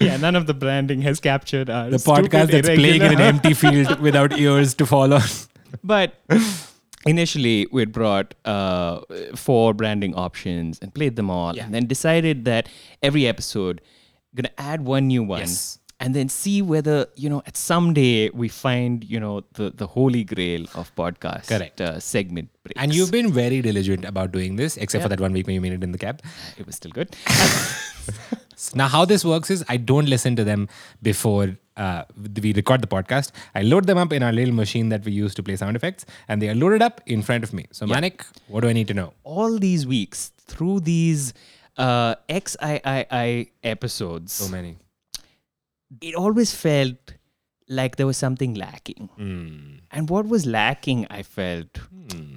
[SPEAKER 4] yeah, none of the branding has captured our
[SPEAKER 3] the podcast that's playing in an empty field without ears to follow.
[SPEAKER 4] But initially, we had brought uh, four branding options and played them all, and then decided that every episode gonna add one new one,
[SPEAKER 3] Yes.
[SPEAKER 4] and then see whether you know at someday we find you know the the holy grail of podcast
[SPEAKER 3] Correct.
[SPEAKER 4] uh, segment breaks.
[SPEAKER 3] And you've been very diligent about doing this, except for that one week when you made it in the cab.
[SPEAKER 4] it was still good.
[SPEAKER 3] Now, how this works is I don't listen to them before uh, we record the podcast. I load them up in our little machine that we use to play sound effects, and they are loaded up in front of me. So, Manik, what do I need to know?
[SPEAKER 4] all these weeks through these uh, XIII episodes.
[SPEAKER 3] So many.
[SPEAKER 4] it always felt like there was something lacking.
[SPEAKER 3] Hmm.
[SPEAKER 4] And what was lacking, I felt,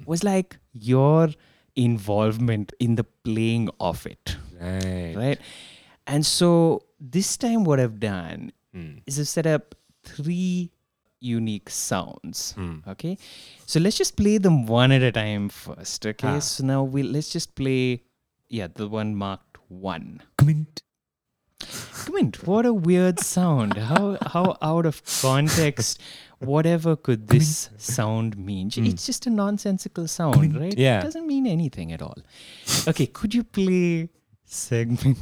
[SPEAKER 4] was like your involvement in the playing of it,
[SPEAKER 3] Right.
[SPEAKER 4] right? And so this time, what I've done is I've set up three unique sounds. Okay, so let's just play them one at a time first. Okay, so now we let's just play, yeah, the one marked one. Comment. What a weird sound. How how out of context whatever could this sound mean? J- It's just a nonsensical sound, right?
[SPEAKER 3] Yeah.
[SPEAKER 4] It doesn't mean anything at all. Okay, could you play segment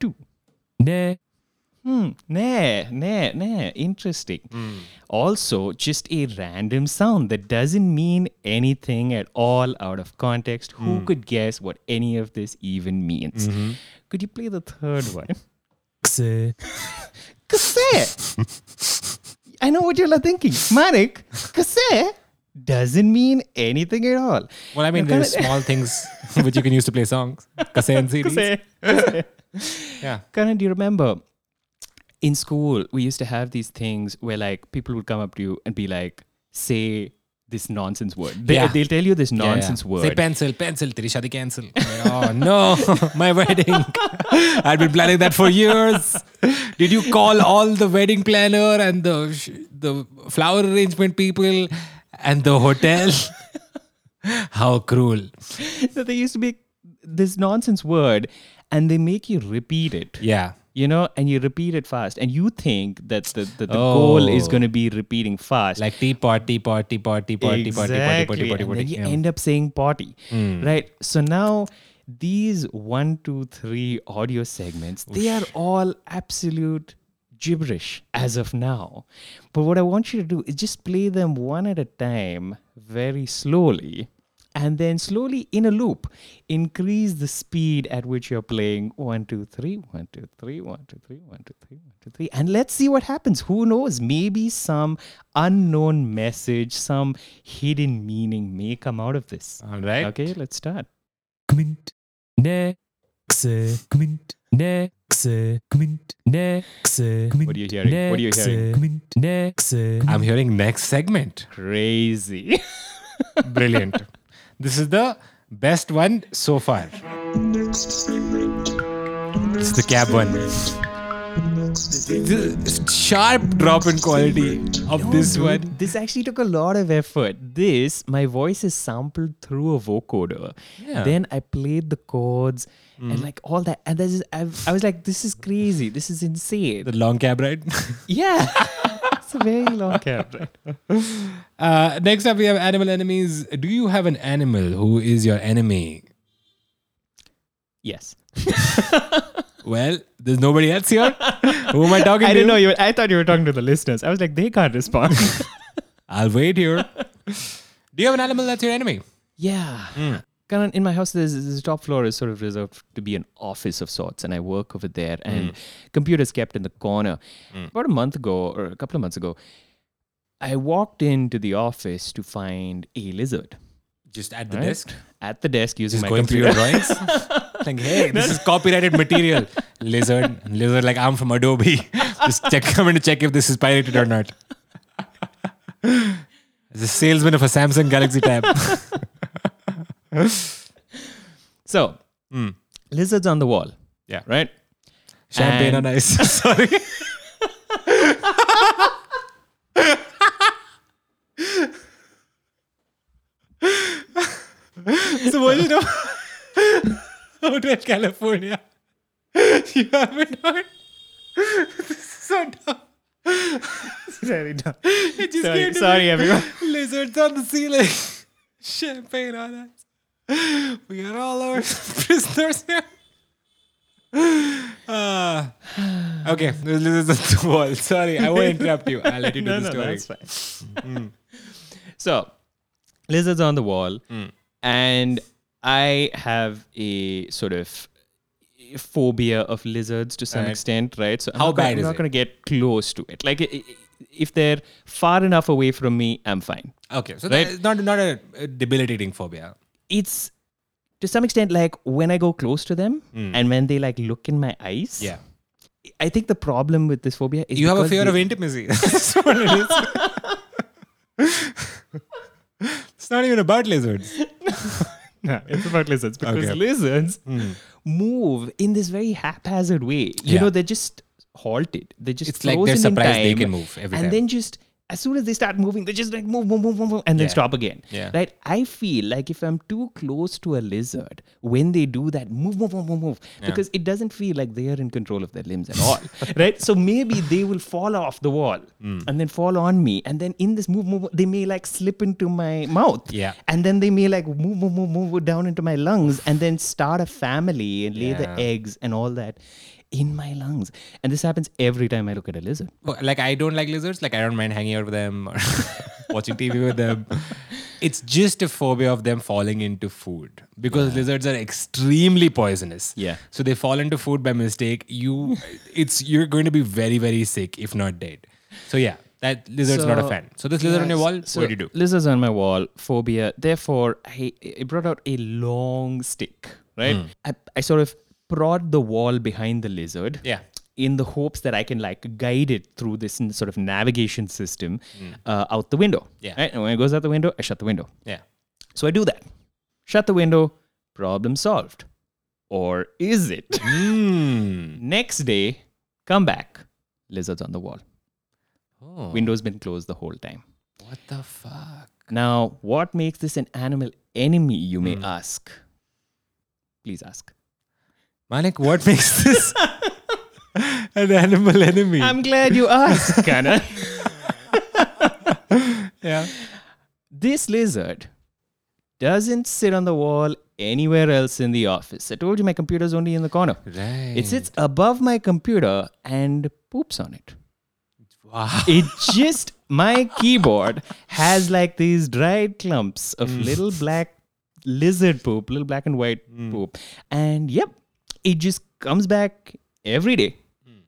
[SPEAKER 4] two?
[SPEAKER 5] Ne.
[SPEAKER 4] Hmm. Nah, nah, nah. Interesting. Also, just a random sound that doesn't mean anything at all out of context. Who
[SPEAKER 3] Hmm.
[SPEAKER 4] could guess what any of this even means?
[SPEAKER 3] Mm-hmm.
[SPEAKER 4] Could you play the third one?
[SPEAKER 5] Xe.
[SPEAKER 4] Kase. I know what you're thinking. Manik, kase doesn't mean anything at all.
[SPEAKER 3] Well, I mean,
[SPEAKER 4] You're
[SPEAKER 3] there's
[SPEAKER 4] kinda-
[SPEAKER 3] small things which you can use to play songs. Kasen series.
[SPEAKER 4] Kase.
[SPEAKER 3] Yeah.
[SPEAKER 4] Karan, do you remember in school we used to have these things where like people would come up to you and be like, say this nonsense word. They,
[SPEAKER 3] Yeah.
[SPEAKER 4] They'll tell you this
[SPEAKER 3] Yeah, yeah.
[SPEAKER 4] nonsense word.
[SPEAKER 3] Say pencil, pencil, teri shadi cancel. oh no, my wedding. I'd been planning that for years. Did you call all the wedding planner and the sh- the flower arrangement people and the hotel? How cruel.
[SPEAKER 4] that they used to be this nonsense word and they make you repeat it.
[SPEAKER 3] Yeah.
[SPEAKER 4] You know, and you repeat it fast, and you think that the, that the goal is
[SPEAKER 3] Oh.
[SPEAKER 4] going to be repeating fast.
[SPEAKER 3] Like teapot, teapot, teapot, teapot, teapot, teapot, teapot,
[SPEAKER 4] Exactly.
[SPEAKER 3] teapot,
[SPEAKER 4] And
[SPEAKER 3] teapot.
[SPEAKER 4] then you
[SPEAKER 3] Yeah. Hmm.
[SPEAKER 4] end up saying potty, right? So now these one, two, three audio segments, they are all absolute gibberish as of now. But what I want you to do is just play them one at a time, very slowly. And then slowly in a loop, increase the speed at which you're playing one, two, three, one, two, three, one, two, three, one, two, three, one, two, three. And let's see what happens. Who knows? Maybe some unknown message, some hidden meaning may come out of this.
[SPEAKER 3] All right.
[SPEAKER 4] Okay, let's start.
[SPEAKER 5] Gmint. Ne. Xe. Gmint. Ne. Xe. Gmint. Ne. Xe. Gmint.
[SPEAKER 4] What are you hearing?
[SPEAKER 5] Ne.
[SPEAKER 4] What are you hearing?
[SPEAKER 5] Xe. Gmint. Ne. Xe.
[SPEAKER 3] I'm hearing next segment.
[SPEAKER 4] Crazy.
[SPEAKER 3] Brilliant. this is the best one so far. It's the cab one. The sharp drop in quality of this one.
[SPEAKER 4] this actually took a lot of effort. This, my voice is sampled through a vocoder.
[SPEAKER 3] Yeah. Mm.
[SPEAKER 4] Then I played the chords and like all that. And this is, I, I was like, this is crazy. This is insane.
[SPEAKER 3] The long cab ride.
[SPEAKER 4] yeah. it's a very long cab, right?
[SPEAKER 3] Uh, next up, we have animal enemies. Do you have an animal who is your enemy?
[SPEAKER 4] Yes.
[SPEAKER 3] Well, there's nobody else here. Who am I talking to?
[SPEAKER 4] I didn't know you. were- I thought you were talking to the listeners. I was like, they can't respond.
[SPEAKER 3] I'll wait here. Do you have an animal that's your enemy?
[SPEAKER 4] yeah.
[SPEAKER 3] Mm.
[SPEAKER 4] Karan, in my house, there's, this top floor is sort of reserved to be an office of sorts, and I work over there. And
[SPEAKER 3] Mm.
[SPEAKER 4] computers kept in the corner. About a month ago, or a couple of months ago, I walked into the office to find a lizard
[SPEAKER 3] Just at the
[SPEAKER 4] right?
[SPEAKER 3] desk.
[SPEAKER 4] at the desk using
[SPEAKER 3] Just
[SPEAKER 4] my
[SPEAKER 3] going through
[SPEAKER 4] computer.
[SPEAKER 3] your drawings. like, hey, this is copyrighted material. Lizard, lizard, like I'm from Adobe. Just check, come in to check if this is pirated or not. As a salesman of a Samsung Galaxy Tab.
[SPEAKER 4] so, lizards on the wall.
[SPEAKER 3] Mm. Yeah.
[SPEAKER 4] Right.
[SPEAKER 3] Champagne on
[SPEAKER 4] And-
[SPEAKER 3] ice. Sorry. so, what do you know? Hotel California. you haven't heard. this is so dumb.
[SPEAKER 4] Very dumb.
[SPEAKER 3] It just
[SPEAKER 4] Sorry-
[SPEAKER 3] came to
[SPEAKER 4] sorry,
[SPEAKER 3] me.
[SPEAKER 4] everyone.
[SPEAKER 3] Lizards on the ceiling. Champagne on us. We are all our prisoners here. Uh, okay, the lizards on the wall. Sorry, I won't interrupt you. I'll let you do
[SPEAKER 4] no,
[SPEAKER 3] the
[SPEAKER 4] no,
[SPEAKER 3] story. Mm.
[SPEAKER 4] that's fine. so, lizards on the wall,
[SPEAKER 3] Mm.
[SPEAKER 4] and I have a sort of phobia of lizards to some
[SPEAKER 3] Alright.
[SPEAKER 4] extent, right? So, I'm
[SPEAKER 3] How
[SPEAKER 4] not gonna-
[SPEAKER 3] bad
[SPEAKER 4] I'm
[SPEAKER 3] is
[SPEAKER 4] not
[SPEAKER 3] it?
[SPEAKER 4] going to get close to it. Like, i- i- if they're far enough away from me, I'm fine.
[SPEAKER 3] Okay, so
[SPEAKER 4] Right.
[SPEAKER 3] that's not not a a debilitating phobia.
[SPEAKER 4] It's to some extent like when I go close to them and when they like look in my eyes.
[SPEAKER 3] Mm. Yeah,
[SPEAKER 4] I think the problem with this phobia is
[SPEAKER 3] you have a
[SPEAKER 4] because
[SPEAKER 3] fear
[SPEAKER 4] they-
[SPEAKER 3] of intimacy. that's what it is. it's not even about lizards.
[SPEAKER 4] No, it's about lizards because
[SPEAKER 3] Okay. Hmm.
[SPEAKER 4] lizards move in this very haphazard way. You
[SPEAKER 3] Yeah.
[SPEAKER 4] know, they're just halted. They just
[SPEAKER 3] It's like
[SPEAKER 4] frozen
[SPEAKER 3] they're
[SPEAKER 4] in
[SPEAKER 3] surprised they
[SPEAKER 4] time,
[SPEAKER 3] can move every
[SPEAKER 4] and
[SPEAKER 3] time.
[SPEAKER 4] then just as soon as they start moving, they just like move, move, move, move, move, and then
[SPEAKER 3] Yeah.
[SPEAKER 4] stop again.
[SPEAKER 3] Yeah.
[SPEAKER 4] Right? I feel like if I'm too close to a lizard when they do that, move, move, move, move, move, because it doesn't feel like they are in control of their limbs at all. right? So maybe they will fall off the wall
[SPEAKER 3] Hmm.
[SPEAKER 4] and then fall on me, and then in this move, move, move, they may like slip into my mouth.
[SPEAKER 3] Yeah.
[SPEAKER 4] And then they may like move, move, move, move down into my lungs and then start a family and lay the
[SPEAKER 3] Yeah.
[SPEAKER 4] eggs and all that in my lungs. And this happens every time I look at a lizard.
[SPEAKER 3] Well, like I don't like lizards. Like I don't mind hanging out with them or watching TV with them. It's just a phobia of them falling into food because lizards are extremely poisonous.
[SPEAKER 4] Yeah.
[SPEAKER 3] So they fall into food by mistake. You, it's you're going to be very very sick if not dead. So yeah, that lizard's not a
[SPEAKER 4] So-
[SPEAKER 3] fan. So this lizard on your
[SPEAKER 4] Yes.
[SPEAKER 3] wall, what do you do?
[SPEAKER 4] Lizards on my wall, phobia. Therefore, I, I brought out a long stick, right?
[SPEAKER 3] Hmm.
[SPEAKER 4] I, I sort of prod the wall behind the lizard.
[SPEAKER 3] Yeah.
[SPEAKER 4] In the hopes that I can like guide it through this n- sort of navigation system uh, out the window.
[SPEAKER 3] Hmm. Yeah.
[SPEAKER 4] Right? And when it goes out the window, I shut the window.
[SPEAKER 3] Yeah.
[SPEAKER 4] So I do that. Shut the window, problem solved. Or is it?
[SPEAKER 3] Hmm.
[SPEAKER 4] Next day, come back, lizards on the wall. Window's been closed the whole time.
[SPEAKER 3] What the fuck?
[SPEAKER 4] Now, what makes this an animal enemy, you may ask? Please ask.
[SPEAKER 3] Manik, what makes this an animal enemy?
[SPEAKER 4] I'm glad you asked, Kanan.
[SPEAKER 3] yeah.
[SPEAKER 4] this lizard doesn't sit on the wall anywhere else in the office. I told you my computer's only in the corner.
[SPEAKER 3] Right.
[SPEAKER 4] It sits above my computer and poops on it.
[SPEAKER 3] Wow.
[SPEAKER 4] It just, my keyboard has like these dried clumps of little black lizard poop, little black and white poop. And yep, it just comes back every day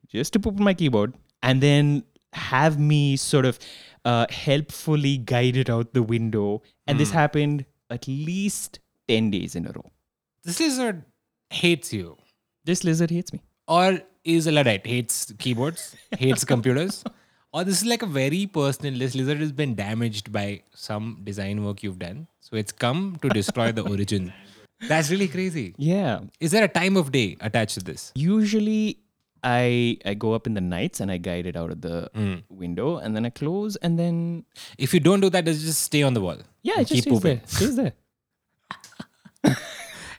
[SPEAKER 4] just to poop on my keyboard and then have me sort of uh, helpfully guide it out the window. And this happened at least 10 days in a row.
[SPEAKER 3] This lizard hates you.
[SPEAKER 4] This lizard hates me.
[SPEAKER 3] or is a luddite hates keyboards hates computers or this is like a very personal this lizard has been damaged by some design work you've done so it's come to destroy the origin that's really crazy
[SPEAKER 4] Yeah.
[SPEAKER 3] is there a time of day attached to this
[SPEAKER 4] usually I I go up in the nights and I guide it out of the window and then I close and then
[SPEAKER 3] if you don't do that it'll just stay on the wall
[SPEAKER 4] yeah,
[SPEAKER 3] and
[SPEAKER 4] it just stays there. Stays there.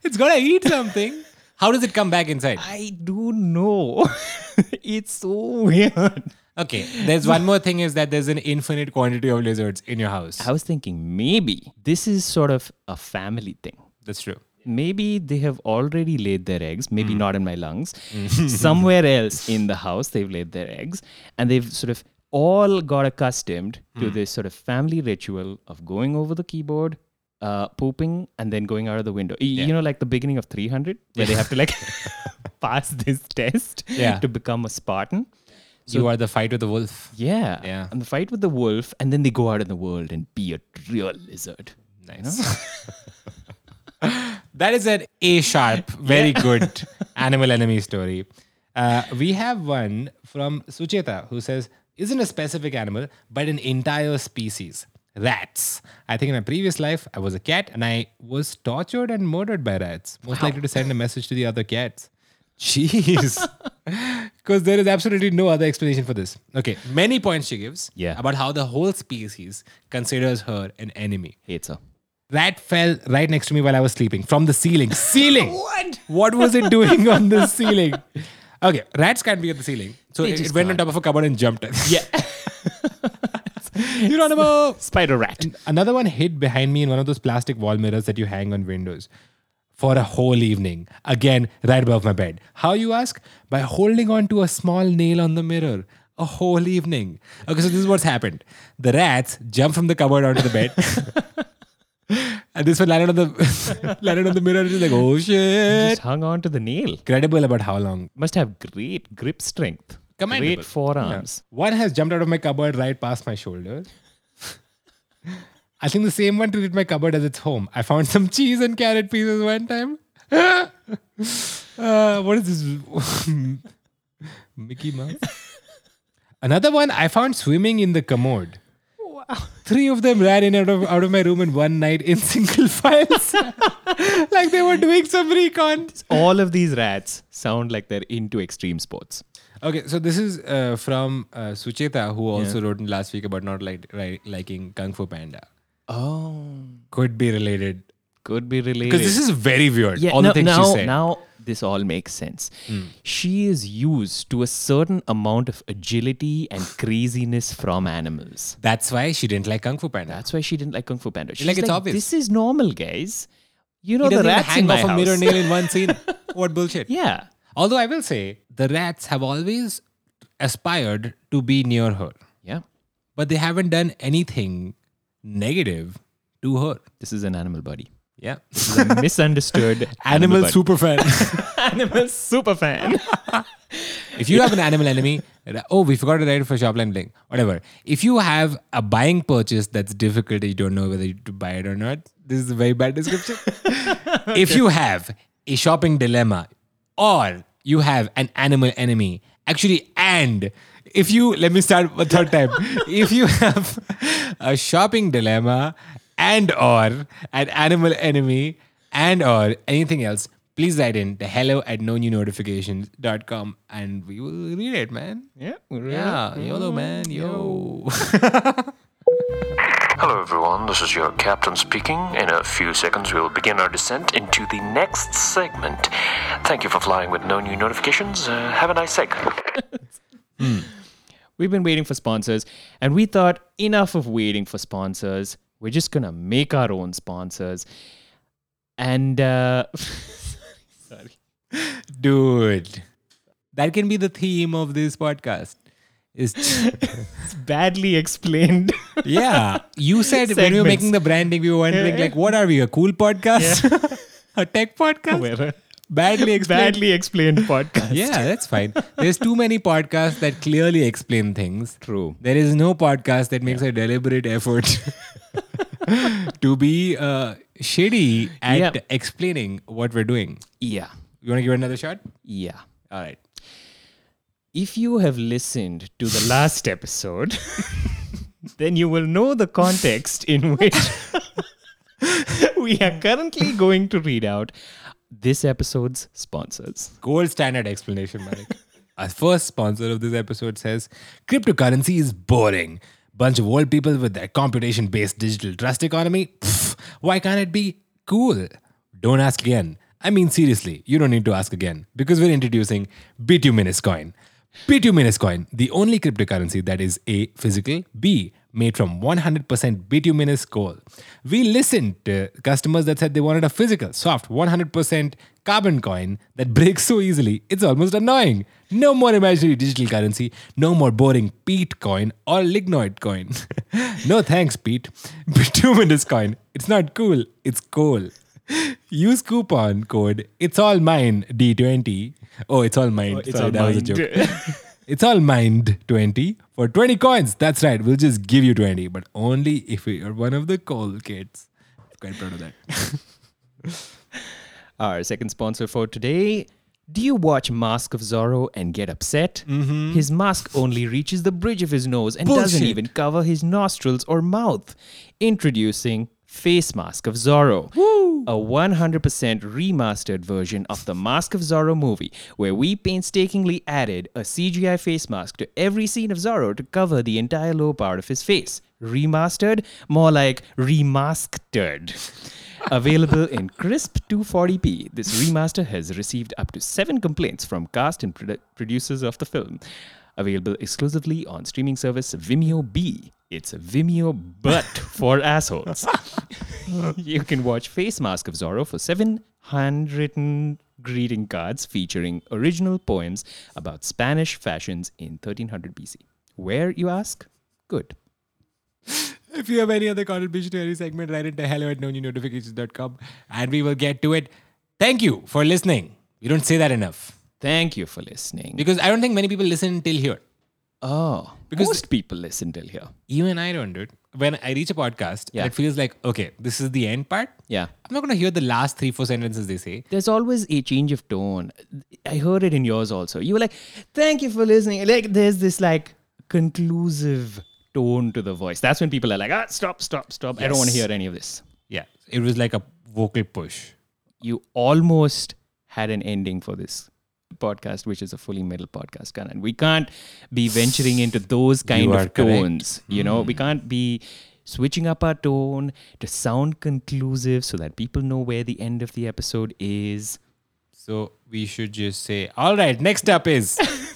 [SPEAKER 3] it's gotta eat something how does it come back inside
[SPEAKER 4] I do know. it's so weird.
[SPEAKER 3] okay there's one more thing is that there's an infinite quantity of lizards in your house
[SPEAKER 4] I was thinking maybe this is sort of a family thing.
[SPEAKER 3] that's true
[SPEAKER 4] Maybe they have already laid their eggs, maybe not in my lungs. Somewhere else in the house, they've laid their eggs and they've sort of all got accustomed to this sort of family ritual of going over the keyboard, uh, pooping, and then going out of the window. Y- You know, like the beginning of 300, where they have to like pass this test
[SPEAKER 3] Yeah.
[SPEAKER 4] to become a Spartan.
[SPEAKER 3] you are the fight with the wolf
[SPEAKER 4] Yeah.
[SPEAKER 3] Yeah.
[SPEAKER 4] And the fight with the wolf, and then they go out in the world and be a real lizard.
[SPEAKER 3] Nice. that is an A sharp, very good animal enemy story. Uh, we have one from Sucheta who says, isn't a specific animal, but an entire species. Rats. I think in my previous life, I was a cat and I was tortured and murdered by rats. Most likely to send a message to the other cats. Jeez. Because there is absolutely no other explanation for this. Okay, many points she gives
[SPEAKER 4] Yeah.
[SPEAKER 3] about how the whole species considers her an enemy.
[SPEAKER 4] Hates her.
[SPEAKER 3] Rat fell right next to me while I was sleeping from the ceiling. Ceiling! what? What was it doing on the ceiling? Okay, rats can't be at the ceiling. So
[SPEAKER 4] They
[SPEAKER 3] it,
[SPEAKER 4] just
[SPEAKER 3] it went on
[SPEAKER 4] can't.
[SPEAKER 3] top of a cupboard and jumped.
[SPEAKER 4] Yeah.
[SPEAKER 3] Geronimo!
[SPEAKER 4] Spider rat.
[SPEAKER 3] Another one hid behind me in one of those plastic wall mirrors that you hang on windows for a whole evening. Again, right above my bed. How you ask? By holding on to a small nail on the mirror. A whole evening. Okay, so this is what's happened. The rats jumped from the cupboard onto the bed. and this one landed on the landed on the mirror and it's like, oh shit.
[SPEAKER 4] Just hung on to the nail.
[SPEAKER 3] Incredible about how long.
[SPEAKER 4] Must have great grip strength.
[SPEAKER 3] Commendable.
[SPEAKER 4] Great forearms.
[SPEAKER 3] One has jumped out of my cupboard right past my shoulder. I think the same one treated my cupboard as its home. I found some cheese and carrot pieces one time. Uh, what is this? Mickey Mouse. Another one I found swimming in the commode. Three of them ran in out of, out of my room in one night in single files. like they were doing some recon.
[SPEAKER 4] All of these rats sound like they're into extreme sports.
[SPEAKER 3] Okay, so this is uh, from uh, Sucheta, who also wrote in last week about not like ri- liking Kung Fu Panda.
[SPEAKER 4] Oh.
[SPEAKER 3] Could be related
[SPEAKER 4] Could be related.
[SPEAKER 3] because this is very weird. all
[SPEAKER 4] no-
[SPEAKER 3] the things
[SPEAKER 4] now,
[SPEAKER 3] she said. Hmm.
[SPEAKER 4] Now this all makes sense. She is used to a certain amount of agility and craziness from animals.
[SPEAKER 3] That's why she didn't like Kung Fu Panda.
[SPEAKER 4] That's why she didn't like Kung Fu Panda. She's
[SPEAKER 3] it's obvious.
[SPEAKER 4] This is normal, guys. You know
[SPEAKER 3] he
[SPEAKER 4] the
[SPEAKER 3] doesn't even
[SPEAKER 4] rats
[SPEAKER 3] hang
[SPEAKER 4] in my
[SPEAKER 3] off a mirror
[SPEAKER 4] house.
[SPEAKER 3] nail in one scene. what bullshit?
[SPEAKER 4] yeah.
[SPEAKER 3] Although I will say the rats have always aspired to be near her,
[SPEAKER 4] Yeah.
[SPEAKER 3] but they haven't done anything negative to her.
[SPEAKER 4] This is an animal body.
[SPEAKER 3] Yeah,
[SPEAKER 4] This is a misunderstood
[SPEAKER 3] animal
[SPEAKER 4] body.
[SPEAKER 3] superfan.
[SPEAKER 4] animal super fan.
[SPEAKER 3] If you have an animal enemy, ra- oh, we forgot to write it for shopline link. Whatever. If you have a buying purchase that's difficult, you don't know whether to buy it or not. This is a very bad description. If you have a shopping dilemma, or you have an animal enemy, actually, and if you let me start a third time, if you have a shopping dilemma and or an animal enemy and or anything else, please write in the hello at nonewnotifications.com and we will read it, man.
[SPEAKER 4] yeah.
[SPEAKER 3] Yeah, YOLO, man, yo.
[SPEAKER 7] Hello, everyone. This is your captain speaking. In a few seconds, we'll begin our descent into the next segment. Thank you for flying with no new notifications. Uh, have a nice sec.
[SPEAKER 4] We've been waiting for sponsors, and we thought enough of waiting for sponsors. We're just gonna make our own sponsors. And uh, sorry,
[SPEAKER 3] Dude, that can be the theme of this podcast. Is
[SPEAKER 4] it's badly explained.
[SPEAKER 3] Yeah. You said when we were
[SPEAKER 4] Segments.
[SPEAKER 3] making the branding, we were wondering, like, what are we, a cool podcast? a tech podcast?
[SPEAKER 4] We're a
[SPEAKER 3] Badly explained.
[SPEAKER 4] badly explained podcast.
[SPEAKER 3] Yeah, that's fine. There's too many podcasts that clearly explain things.
[SPEAKER 4] True.
[SPEAKER 3] There is no podcast that makes a deliberate effort to be uh, shitty at
[SPEAKER 4] Yep.
[SPEAKER 3] explaining what we're doing.
[SPEAKER 4] yeah,
[SPEAKER 3] You want to give it another shot?
[SPEAKER 4] yeah.
[SPEAKER 3] All right.
[SPEAKER 4] If you have listened to the last episode, then you will know the context in which we are currently going to read out this episode's sponsors.
[SPEAKER 3] Gold standard explanation, Malik. Our first sponsor of this episode says cryptocurrency is boring. Bunch of old people with their computation based digital trust economy. Pff, why can't it be cool? Don't ask again. I mean, seriously, you don't need to ask again because we're introducing Bituminous Coin. Bituminous Coin, the only cryptocurrency that is A, physical, B, made from 100% bituminous coal. We listened to customers that said they wanted a physical, soft, 100% carbon coin that breaks so easily, it's almost annoying. No more imaginary digital currency, no more boring peat coin or lignoid coin. no thanks, Pete. Bituminous coin, it's not cool, it's coal. Use coupon code It's All Mine D20. Oh, it's all mine. Sorry, that was a joke. It's all mind 20 for 20 coins. That's right. We'll just give you 20, but only if you're one of the coal kids. Quite proud of that.
[SPEAKER 4] Our second sponsor for today. Do you watch Mask of Zorro and get upset? His mask only reaches the bridge of his nose and doesn't
[SPEAKER 3] Mm-hmm. Bullshit.
[SPEAKER 4] even cover his nostrils or mouth. Introducing Face Mask of Zorro, a 100% remastered version of the Mask of Zorro movie, where we painstakingly added a CGI face mask to every scene of Zorro to cover the entire lower part of his face. Remastered? More like remastered. Available in crisp 240p, this remaster has received up to seven complaints from cast and produ- producers of the film. Available exclusively on streaming service Vimeo B. It's Vimeo but for assholes. you can watch Face Mask of Zorro for seven handwritten greeting cards featuring original poems about Spanish fashions in 1300 BC. Where, you ask? Good.
[SPEAKER 3] If you have any other contribution to any segment, write it to hello at notifications.com and we will get to it. Thank you for listening. We don't say that enough
[SPEAKER 4] Thank you for listening.
[SPEAKER 3] because I don't think many people listen till here.
[SPEAKER 4] Oh, because most people listen till here.
[SPEAKER 3] Even I don't, dude. When I reach a podcast,
[SPEAKER 4] Yeah.
[SPEAKER 3] and it feels like, okay, this is the end part.
[SPEAKER 4] Yeah.
[SPEAKER 3] I'm not going to hear the last three, four sentences they say.
[SPEAKER 4] There's always a change of tone. I heard it in yours also. You were like, thank you for listening. Like, there's this like conclusive tone to the voice. That's when people are like, ah, stop, stop, stop. I don't want to
[SPEAKER 3] Yes.
[SPEAKER 4] hear any of this.
[SPEAKER 3] Yeah. It was like a vocal push.
[SPEAKER 4] You almost had an ending for this podcast, which is a fully metal podcast, Kanan. We can't be venturing into those kind
[SPEAKER 3] are
[SPEAKER 4] of
[SPEAKER 3] correct. Hmm.
[SPEAKER 4] tones. You know, we can't be switching up our tone to sound conclusive so that people know where the end of the episode is.
[SPEAKER 3] So we should just say, all right, next up is